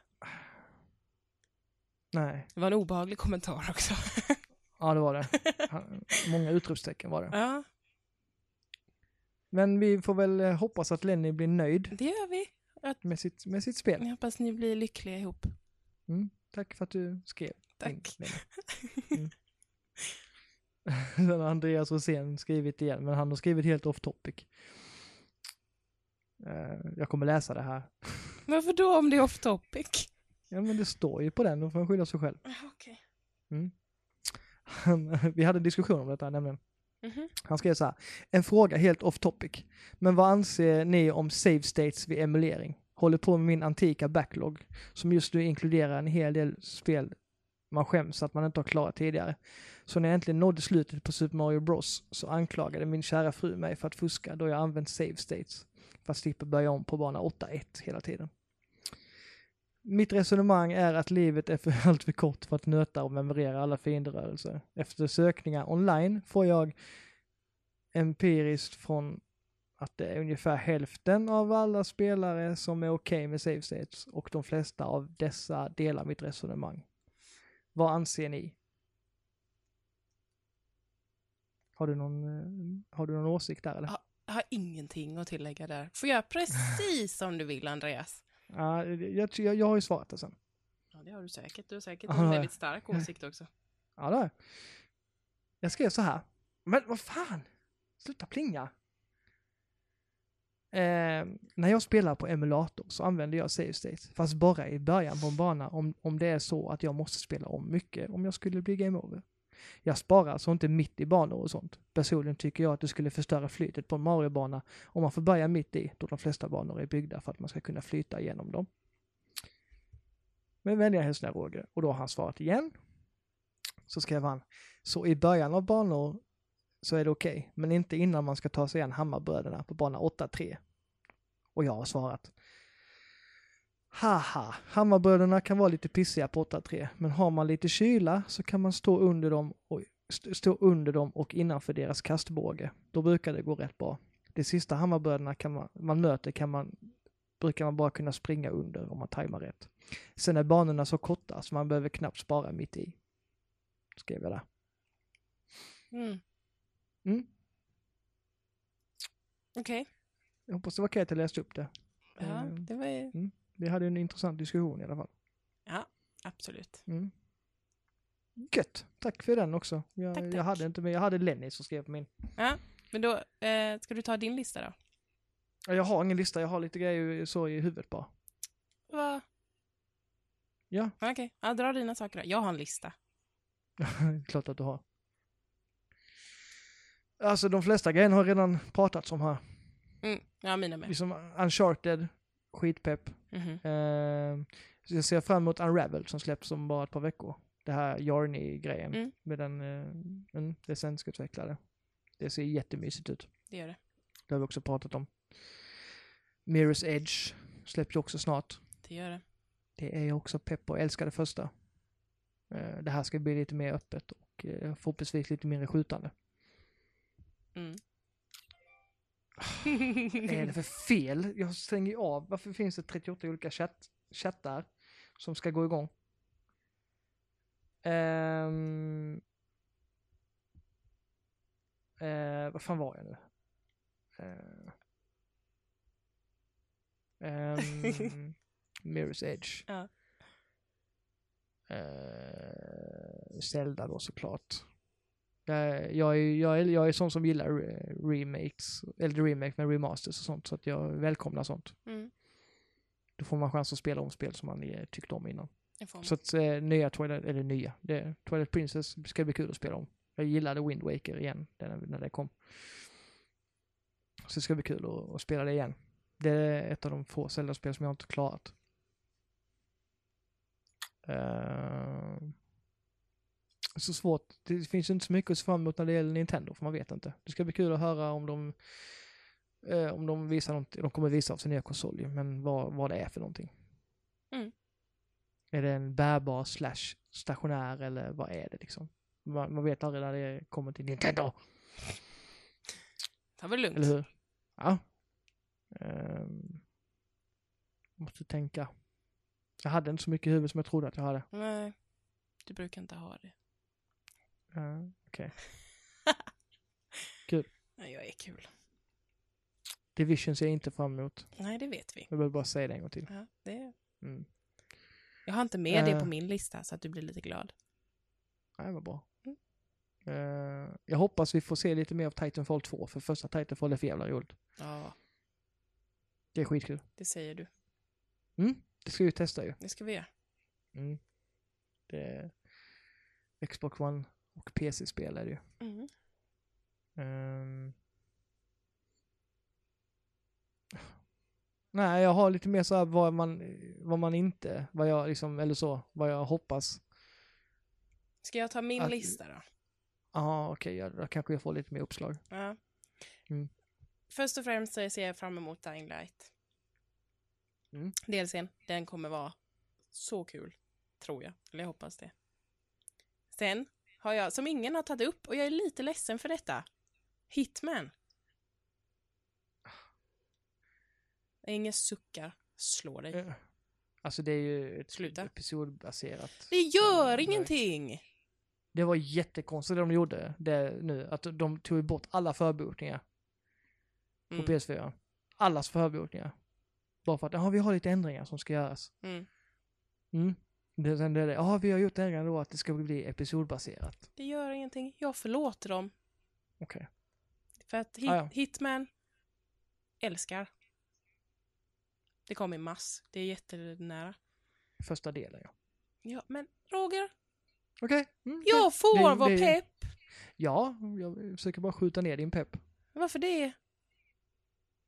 S1: Nej,
S2: Det var en obehaglig kommentar också.
S1: ja det var det. Han- Många utropstecken var det.
S2: ja,
S1: Men vi får väl eh, hoppas att Lenny blir nöjd
S2: det gör vi.
S1: med sitt, med sitt spel.
S2: Jag hoppas ni blir lyckliga ihop.
S1: Tack för att du skrev. in,
S2: Tack.
S1: Lenny. Mm. Sen har Andreas Rosén skrivit igen, men han har skrivit helt off topic. Eh, Jag kommer läsa det här.
S2: Varför då om det är off topic?
S1: Ja men det står ju på den, då får han skylla sig själv.
S2: Okej.
S1: Han- Vi hade en diskussion om detta nämligen.
S2: Mhm.
S1: Han skrev så här, en fråga helt off topic. Men vad anser ni om save states vid emulering? Håller på med min antika backlog som just nu inkluderar en hel del spel man skäms att man inte har klarat tidigare. Så när jag äntligen nådde slutet på Super Mario Bros så anklagade min kära fru mig för att fuska då jag använt save states. Fast slipper börja om på bana 8-1 hela tiden. Mitt resonemang är att livet är för allt för kort för att nöta och memorera alla fienderörelser. Efter sökningar online får jag empiriskt från att det är ungefär hälften av alla spelare som är okej med save states och de flesta av dessa delar mitt resonemang. Vad anser ni? Har du någon, eh, har du någon åsikt där eller?
S2: Ja. Jag har ingenting att tillägga där. Får jag precis som du vill, Andreas?
S1: Ja, jag, jag, jag har ju svarat det sen.
S2: Ja, det har du säkert. Du har säkert
S1: Ja, det
S2: en
S1: har
S2: väldigt stark åsikt också.
S1: Ja, det har jag. Jag skrev så här. Men vad fan! Sluta plinga! Eh, när jag spelar på emulator så använder jag save state, fast bara i början på en bana om, om det är så att jag måste spela om mycket om jag skulle bli game over. Jag sparar alltså inte mitt i banor och sånt. Personligen tycker jag att det skulle förstöra flytet på en Mario-bana om man får börja mitt i, då de flesta banor är byggda för att man ska kunna flyta igenom dem. Med vänliga hälsningar Roger, och då har han svarat igen så skrev han, så i början av banor så är det okej, men inte innan man ska ta sig an Hammarbröderna på bana 8-3. Och jag har svarat, haha, Hammarbröderna kan vara lite pissiga på 8-3, men har man lite kyla så kan man stå under dem och, st- stå under dem och innanför deras kastbåge. Då brukar det gå rätt bra. De sista Hammarbröderna kan man, man möter kan man, brukar man bara kunna springa under om man tajmar rätt. Sen är banorna så korta så man behöver knappt spara mitt i skrev jag där.
S2: Mm.
S1: Mm.
S2: Okej.
S1: Jag hoppas det var okej att jag läste upp det.
S2: Ja,
S1: Mm.
S2: det var ju...
S1: Vi hade en intressant diskussion i alla fall.
S2: Absolut.
S1: Mm. Gött! Tack för den också. Jag,
S2: Tack,
S1: jag
S2: tack.
S1: hade inte med, jag hade Lenny som skrev på min.
S2: Men då, eh, ska du ta din lista då?
S1: Ja, Jag har ingen lista, jag har lite grejer så i huvudet bara.
S2: Va?
S1: Ja.
S2: Okej, ja, dra dina saker då. Jag har en lista.
S1: Klart att du har. Alltså de flesta grejerna har redan pratats om här.
S2: Mm. Ja, mina med.
S1: Liksom Uncharted, skitpepp.
S2: Mhm.
S1: Eh, så jag ser fram emot Unravel som släpps om bara ett par veckor. Det här Yarny-grejen
S2: Mm.
S1: med den, eh, mm, det svenskutvecklade. Det ser jättemysigt ut.
S2: Det gör det.
S1: Det har vi också pratat om. Mirror's Edge släpps ju också snart.
S2: Det gör det.
S1: Det är jag också pepp på. Jag älskar det första. Eh, det här ska bli lite mer öppet och eh, förhoppningsvis lite mindre skjutande.
S2: Mm.
S1: Vad är det för fel? Jag stänger ju av. Varför finns det 38 olika chatt, chattar som ska gå igång? Ehm... Eh, vad fan var jag nu? Eh, ehm, Mirror's Edge.
S2: Ja.
S1: Eh, Zelda då såklart. Jag, jag, är, jag, är, jag är sån som gillar eh, remakes, eller remake med remasters och sånt, så att jag välkomnar sånt.
S2: Mm.
S1: Då får man chans att spela om spel som man eh, tyckte om innan.
S2: Det får man.
S1: Så att eh, nya Twilight, eller nya, det, Twilight Princess ska bli kul att spela om. Jag gillade Wind Waker igen, den, när det kom. Så det ska bli kul att, att spela det igen. Det är ett av de få Zelda-spel som jag inte klarat. Eh, så svårt, det finns inte så mycket att se fram emot när det gäller Nintendo, för man vet inte. Det ska bli kul att höra om de, eh, om de visar något, de kommer visa av sin nya konsol ju, men vad, vad det är för någonting. Är det en bärbar slash stationär eller vad är det liksom? Man, man vet aldrig när det kommer till Nintendo,
S2: Ta väl lugnt.
S1: eller hur? Ja. Ehm, måste tänka. Jag hade inte så mycket i huvudet som jag trodde att jag hade.
S2: Nej, du brukar inte ha det.
S1: Uh, Okej.
S2: Nej, jag är kul.
S1: Division ser jag inte fram emot.
S2: Nej, det vet vi.
S1: Jag behöver bara säga det en gång till.
S2: Ja, det...
S1: Mm.
S2: Jag har inte med det
S1: Eh.
S2: på min lista så att du blir lite glad.
S1: Nej, vad bra.
S2: Mm.
S1: Eh, jag hoppas vi får se lite mer av Titanfall 2, för första Titanfall är för jävla roligt.
S2: Ja,
S1: Det är skitkul.
S2: det säger du.
S1: Det ska vi testa ju.
S2: Det ska vi göra.
S1: Mm. Det är Xbox One och PC-spel är det ju.
S2: Mm.
S1: Ehm. Nej, jag har lite mer så här vad man, vad man inte, vad jag liksom, eller så, vad jag hoppas.
S2: Ska jag ta min
S1: Att-
S2: lista då?
S1: Ja, okej, jag, då kanske jag får lite mer uppslag.
S2: Ja.
S1: Mm.
S2: Först och främst så ser jag fram emot Dying Light.
S1: Mm.
S2: DLCn, den kommer vara så kul. Tror jag. Eller jag hoppas det. Sen har jag, som ingen har tagit upp, och jag är lite ledsen för detta. Hitman. Ingen suckar. Slå dig.
S1: Eh, Alltså det är ju ett
S2: Sluta.
S1: episodbaserat.
S2: Det gör
S1: Nej.
S2: ingenting!
S1: Det var jättekonstigt det de gjorde det nu, att de tog ju bort alla förbokningar på
S2: Mm.
S1: PS4. Allas förbokningar. Bara för att, ja vi har lite ändringar som ska göras.
S2: Mm.
S1: Mm. Det, sen är det, ja vi har gjort ändringar då att det ska bli episodbaserat.
S2: Det gör ingenting. Jag förlåter dem.
S1: Okej.
S2: För att hit,
S1: Ah, ja.
S2: Hitman älskar. Det kom i mass. Det är jättenära.
S1: Första delen ja.
S2: Ja, men Roger,
S1: Okej. Mm, okej.
S2: jag får
S1: det-
S2: vara
S1: det-
S2: pepp.
S1: Ja, jag försöker bara skjuta ner din pepp.
S2: Varför det?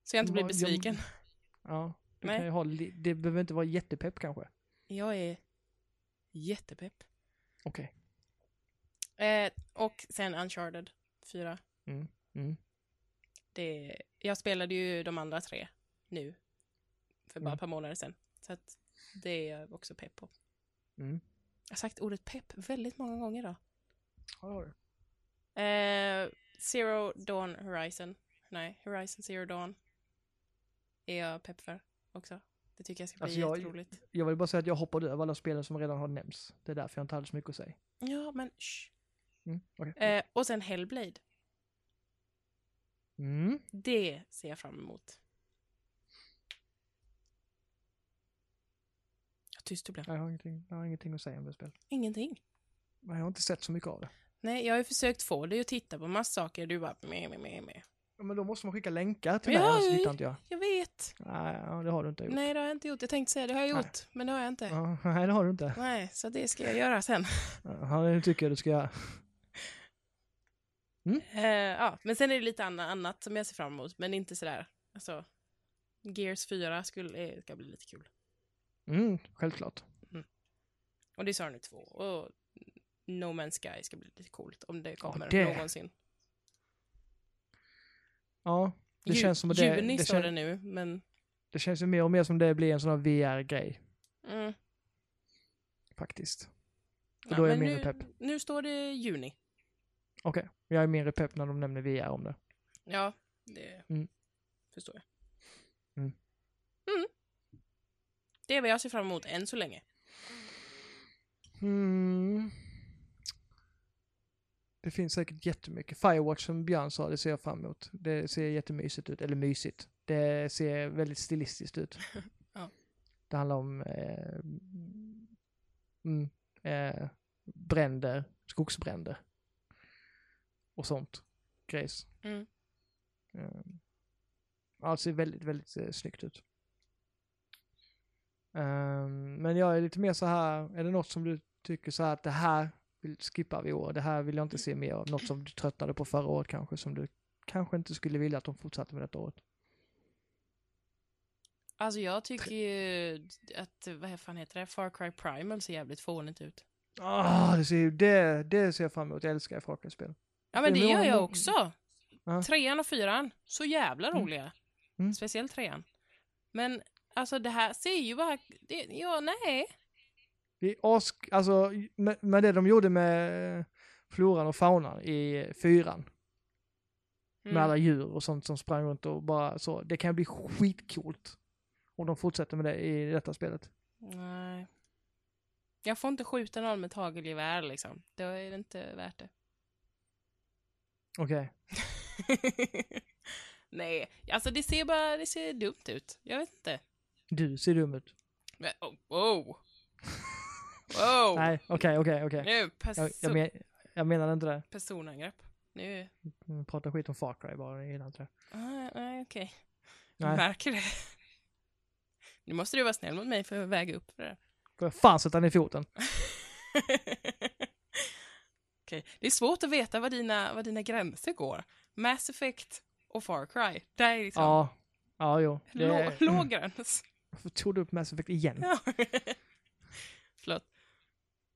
S2: Så jag inte blir
S1: Ja, jag-
S2: besviken.
S1: Ja. Du
S2: Nej.
S1: kan ju ha, li- det behöver inte vara jättepepp kanske.
S2: Jag är jättepepp.
S1: Okej.
S2: Eh, och sen Uncharted 4.
S1: Mm, mm.
S2: Det, jag spelade ju de andra tre nu. För bara
S1: Mm.
S2: ett par månader sedan. Så att det är jag också pepp på.
S1: Mm.
S2: Jag har sagt ordet pepp väldigt många gånger idag.
S1: Ja, det har du.
S2: Eh, Zero Dawn Horizon. Nej, Horizon Zero Dawn. Är jag pepp för också. Det tycker jag ska bli
S1: Alltså, jag-
S2: jätteroligt.
S1: Jag vill bara säga att jag hoppade över alla spelen som redan har nämnts. Det är därför jag inte hade så mycket att säga.
S2: Ja, men shh.
S1: Mm, okej.
S2: Eh, och sen Hellblade.
S1: Mm.
S2: Det ser jag fram emot. Jag tyst du blev.
S1: Jag, har ingenting, jag har ingenting att säga om det spelet.
S2: Ingenting.
S1: Men Jag har inte sett så mycket av det.
S2: Nej, jag har ju försökt få dig att titta på massa saker. Du bara meh, meh, meh, meh.
S1: Ja, Men då måste man skicka länkar till
S2: Ja,
S1: mig, annars
S2: ja, ja.
S1: hittar inte jag.
S2: Jag vet.
S1: Nej, ja, det har du inte gjort.
S2: Nej, det har jag inte gjort. Jag tänkte säga det har jag
S1: Nej.
S2: gjort, men det har jag inte.
S1: Ja, nej, det har du inte.
S2: Nej, så det ska jag göra sen.
S1: Ja, det tycker jag du ska göra.
S2: Eh, ja, men sen är det lite anna- annat som jag ser fram emot, men inte sådär. Alltså, Gears 4 skulle, eh, ska bli lite kul.
S1: Mm, självklart.
S2: Och det sa nu två. Och No Man's Sky ska bli lite coolt om det kommer
S1: det-
S2: någonsin.
S1: Ja, det
S2: Ju-
S1: känns som att det,
S2: Juni
S1: det,
S2: står
S1: kän,
S2: det nu, men...
S1: det känns ju mer och mer som det blir en sån här VR-grej
S2: Mm,
S1: faktiskt.
S2: ja,
S1: då är jag
S2: men
S1: mindre
S2: nu,
S1: pepp.
S2: Nu står det juni.
S1: Okej, jag är mindre pepp när de nämner VR om det.
S2: Ja, det...
S1: Mm.
S2: förstår jag.
S1: Mm.
S2: Mm. Det är vad jag ser fram emot än så länge.
S1: Mm. Det finns säkert jättemycket. Firewatch som Björn sa, det ser jag fram emot. Det ser jättemysigt ut, eller mysigt. Det ser väldigt stilistiskt ut.
S2: Ja.
S1: Det handlar om eh, mm, eh, bränder, skogsbränder och sånt. Grejs.
S2: Mm.
S1: Eh, ja, det ser väldigt, väldigt eh, snyggt ut. Ehm, men jag är lite mer så här, är det något som du tycker så här att det här vill- skippar vi i år, det här vill jag inte se mer av, något som du tröttnade på förra året kanske, som du kanske inte skulle vilja att de fortsatte med detta året?
S2: Alltså jag tycker ju att, vad fan heter det, Far Cry Primal ser jävligt fånigt ut.
S1: Ah, det ser ju, det, det ser jag fram emot, jag älskar Far Cry-spel.
S2: Ja men det
S1: Det var
S2: gör jag
S1: nog-
S2: också.
S1: Ja.
S2: Trean och fyran, så jävla
S1: Mm.
S2: roliga.
S1: Mm.
S2: Speciellt trean. Men alltså det här ser ju bara, det, ja nej.
S1: Det är ask, alltså med, med det de gjorde med eh, floran och faunan i fyran,
S2: Mm.
S1: med alla djur och sånt som sprang runt och bara så, det kan bli skitcoolt. Om de fortsätter med det i detta spelet.
S2: Nej. Jag får inte skjuta någon med tagelgevär liksom. Då är det inte värt det.
S1: Okej.
S2: nej, alltså det ser bara, det ser dumt ut. Jag vet inte.
S1: Du ser dum ut.
S2: Men, oh, wow. wow.
S1: Nej, okej, okej, okej.
S2: Nu,
S1: Jag,
S2: perso-
S1: jag, men, jag menade inte det.
S2: personangrepp. Nu.
S1: Jag Mm, pratar skit om Far Cry bara, jag gillar inte det.
S2: Ah, nej, okej. Jag
S1: Nej,
S2: märker det. Nu måste du vara snäll mot mig för att väga upp för det.
S1: får jag fan sätta ner foten.
S2: okay. Det är svårt att veta vad dina, vad dina gränser går. Mass Effect och Far Cry. Där är liksom
S1: Ja, ja jo. Det, Mm.
S2: lå, låg gräns.
S1: Varför tog du upp Mass Effect igen?
S2: Ja. Förlåt.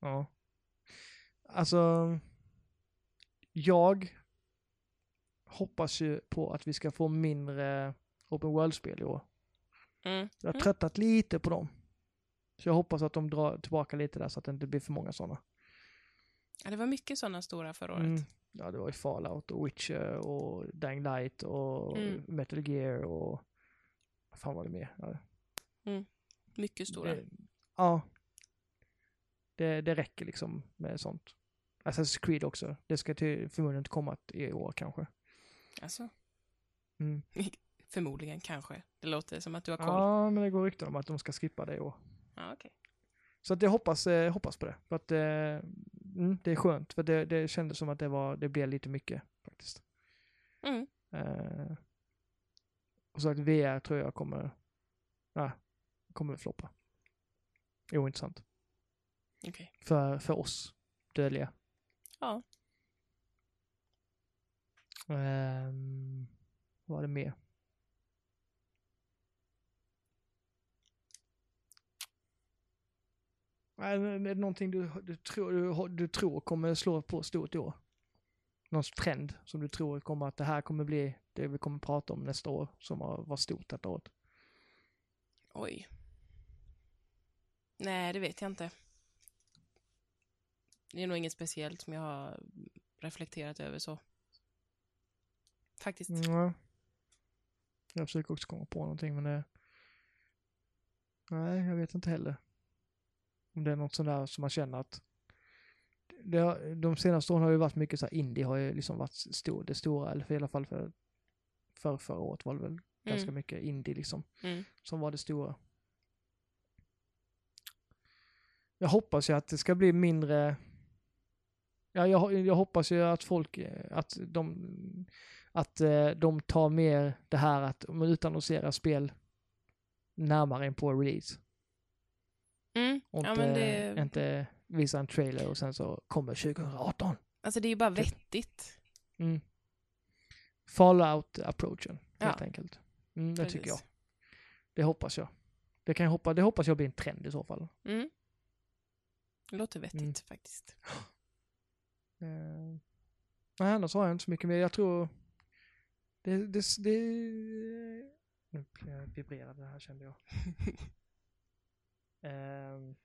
S1: Ja. Alltså, jag hoppas ju på att vi ska få mindre Open World-spel i år.
S2: Mm.
S1: Jag har
S2: Mm.
S1: tröttat lite på dem. Så jag hoppas att de drar tillbaka lite där så att det inte blir för många sådana.
S2: Ja, det var mycket sådana stora förra året.
S1: Mm. Ja, det var ju Fallout och Witcher och Dying Light och
S2: Mm.
S1: Metal Gear och... Vad fan var det mer? Ja,
S2: Mycket stora.
S1: Det, ja. Det, det räcker liksom med sånt. Assassin's Creed också. Det ska till, förmodligen inte komma i år kanske.
S2: Alltså.
S1: Mm.
S2: Förmodligen, kanske. Det låter som att du har koll. Ja,
S1: Ja, men det går rykten om att de ska skippa det i år.
S2: okej.
S1: Så att jag hoppas, eh, hoppas på det. För att, eh, mm, det är skönt, för det, det kändes som att det, var, det blev lite mycket faktiskt.
S2: Mm.
S1: Eh, och så att VR tror jag kommer, nej, kommer floppa. Ointressant.
S2: Okej.
S1: För, för oss dödliga.
S2: Ja.
S1: Ehm, vad var det mer? Nej, men Är det någonting du, du, tror, du, har- du tror kommer slå på stort i år? Någon trend som du tror kommer att det här kommer bli det vi kommer prata om nästa år som har varit stort detta året?
S2: Oj. Nej, det vet jag inte. Det är nog inget speciellt som jag har reflekterat över så. Faktiskt.
S1: Nej. Jag försöker också komma på någonting men det... Nej, jag vet inte heller. Om det är något sånt där som man känner att... Det har, de senaste åren har ju varit mycket så här, indie har ju liksom varit stor, det stora, eller för i alla fall för, för förra året var det väl ganska
S2: Mm.
S1: mycket indie liksom,
S2: Mm.
S1: som var det stora. Jag hoppas ju att det ska bli mindre... Ja, jag, ho- jag hoppas ju att folk, eh, att de, att eh, de tar mer det här att man utannonserar spel närmare in på release.
S2: Mm.
S1: Och
S2: Ja,
S1: inte,
S2: men det,
S1: inte visa en trailer och sen så kommer 2018.
S2: alltså det är ju bara
S1: typ.
S2: vettigt.
S1: Mm. Fallout-approachen, helt
S2: Ja.
S1: enkelt. Mm, det tycker jag.
S2: Precis.
S1: Det hoppas jag. Det, kan jag hoppa, det hoppas jag blir en trend i så fall. Eh,
S2: Mm. Det låter vettigt
S1: Mm.
S2: faktiskt.
S1: Eh, nej, annars har jag inte så mycket mer. Jag tror... Det... det, det nu blev jag- vibrerade det här kände jag. Ehm.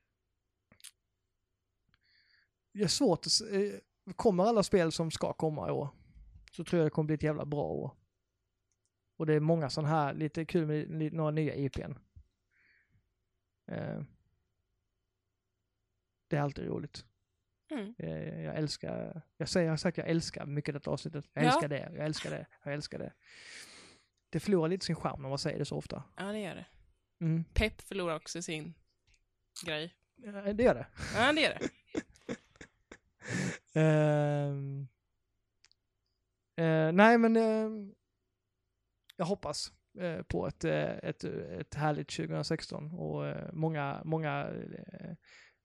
S1: det är svårt att se. eh, Kommer alla spel som ska komma i år så tror jag det kommer bli ett jävla bra år. Och det är många sådana här, lite kul med li- några nya IPn. Eh, det är alltid roligt.
S2: Mm.
S1: Eh, jag älskar, jag säger jag har sagt jag älskar mycket detta avsnittet. Jag
S2: Ja.
S1: älskar det, jag älskar det, jag älskar det. Det förlorar lite sin charm när man säger det så ofta.
S2: Ja, det gör det.
S1: Mm.
S2: Pepp förlorar också sin grej.
S1: Eh, Det gör det.
S2: Ja, det gör det.
S1: Ehm. Eh, nej, men ehm, jag hoppas eh, på ett, eh, ett, ett härligt 2016 och eh, många, många eh,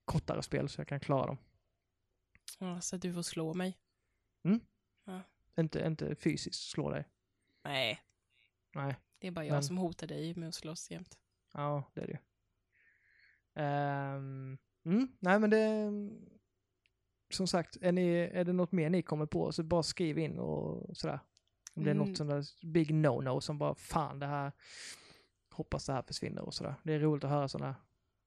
S1: kortare spel så jag kan klara dem.
S2: Ja, så att du får slå mig.
S1: Inte, inte fysiskt slå dig.
S2: Nej,
S1: Nej,
S2: det är bara jag
S1: Men-
S2: som hotar dig med att slåss jämt.
S1: ja det är det ju. Ehm, mm, nej, men det... Som sagt, är, ni, är det något mer ni kommer på så bara skriv in och sådär. Om det är
S2: Mm.
S1: något sånt där big no-no som bara fan det här, hoppas det här försvinner och sådär. Det är roligt att höra sådana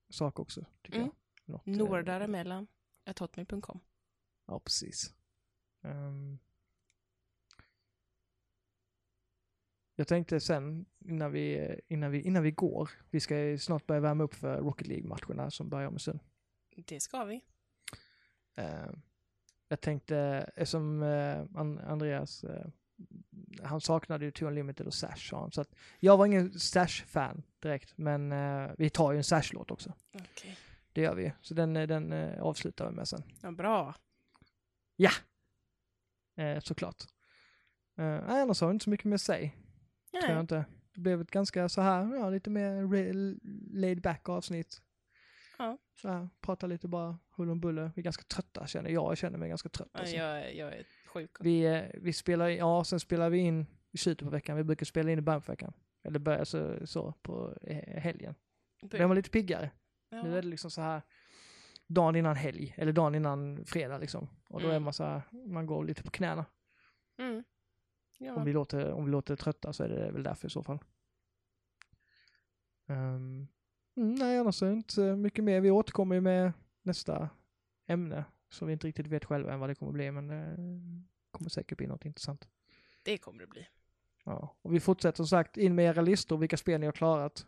S1: saker också tycker
S2: Mm.
S1: jag. Något, eh,
S2: Nordaremellan, hotmail.com.
S1: Ja, precis. Ehm. jag tänkte sen, innan vi, innan, vi, innan vi går, vi ska ju snart börja värma upp för Rocket League-matcherna som börjar om en stund. Mm.
S2: Det ska vi.
S1: Ehm, jag tänkte, eftersom eh, An- Andreas, eh, han saknade ju Two Unlimited och Sash sa han, så att jag var ingen Sash-fan direkt, men eh, vi tar ju en Sash-låt också.
S2: Okej.
S1: Det gör vi, så den, eh, den eh, avslutar vi med sen.
S2: Ja, bra.
S1: Eh, såklart. Eh, nej, annars har jag inte så mycket mer att säga. Tror jag
S2: Nej.
S1: inte. Det blev ett ganska så här, ja, lite mer re- laid back avsnitt.
S2: Ja.
S1: Så här, prata lite bara hull om buller. Vi är ganska trötta känner jag. Jag känner mig ganska trött.
S2: Ja,
S1: alltså.
S2: Jag, jag är sjuk.
S1: Vi, eh, vi spelar, in- ja sen spelar vi in i slutet på veckan. Vi brukar spela in i början på veckan. Eller börja så, så på eh, helgen. Den var lite piggare. Nu är det liksom så här dagen innan helg, eller dagen innan fredag liksom. Och då
S2: Mm.
S1: är man så här, man går lite på knäna.
S2: Mm. Ja,
S1: Om vi, låter, om vi låter trötta så är det väl därför i så fall. Ehm, mm, nej, annars är det inte så mycket mer. Vi återkommer ju med nästa ämne som vi inte riktigt vet själva än vad det kommer bli, men eh, det kommer säkert bli något intressant.
S2: det kommer det bli.
S1: Ja. Och vi fortsätter som sagt in med era listor, vilka spel ni har klarat.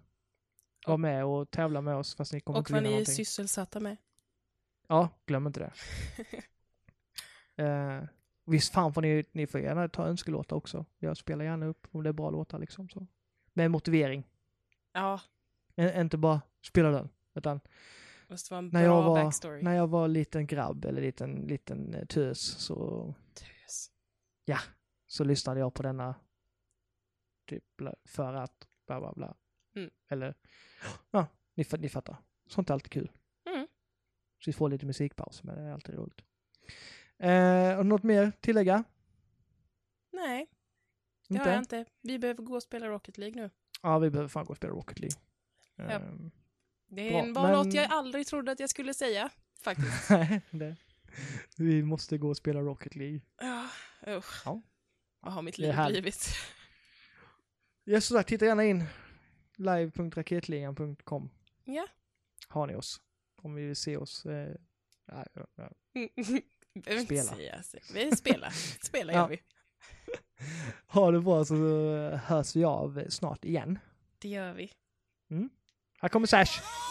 S1: Var med och tävla med oss fast ni kommer
S2: Och
S1: inte
S2: vad
S1: vinna
S2: ni är
S1: någonting.
S2: sysselsatta med.
S1: Ja, glöm inte det. Eh, visst fan får ni, ni får gärna ta önskelåtar också. Jag spelar gärna upp om det är bra låtar liksom. Så. Med motivering.
S2: Ja,
S1: Ä- inte bara spela den. Utan
S2: måste vara en
S1: när
S2: bra
S1: jag, var,
S2: backstory.
S1: när jag var liten grabb eller liten, liten eh, tös så,
S2: Tös.
S1: så lyssnade jag på denna typ bla- för att bla bla bla.
S2: Mm.
S1: Eller ja, ni, fa- ni fattar. Sånt är alltid kul.
S2: Mm.
S1: Så vi får lite musikpaus men det är alltid roligt. Eh, och något mer tillägga?
S2: Nej, det
S1: Inte?
S2: har jag inte. Vi behöver gå och spela Rocket League nu.
S1: Ja, vi behöver fan gå och spela Rocket League.
S2: Ja.
S1: Ehm,
S2: Det är
S1: Bra,
S2: en var något
S1: men-
S2: jag aldrig trodde att jag skulle säga, faktiskt.
S1: nej, det. Vi måste gå och spela Rocket League.
S2: Ja, usch.
S1: Ja.
S2: Vad har mitt
S1: Det är
S2: liv
S1: härligt.
S2: blivit?
S1: Ja, som sagt, titta gärna in. live.raketligan.com
S2: Ja.
S1: har ni oss. Om vi vill se oss. Eh, nej, ja, ja.
S2: Behöver inte
S1: Spela.
S2: säga så. Vi spelar. Spelar
S1: Ja.
S2: gör vi.
S1: ha det bra så hörs vi av snart igen.
S2: Det gör vi.
S1: Här kommer Sash!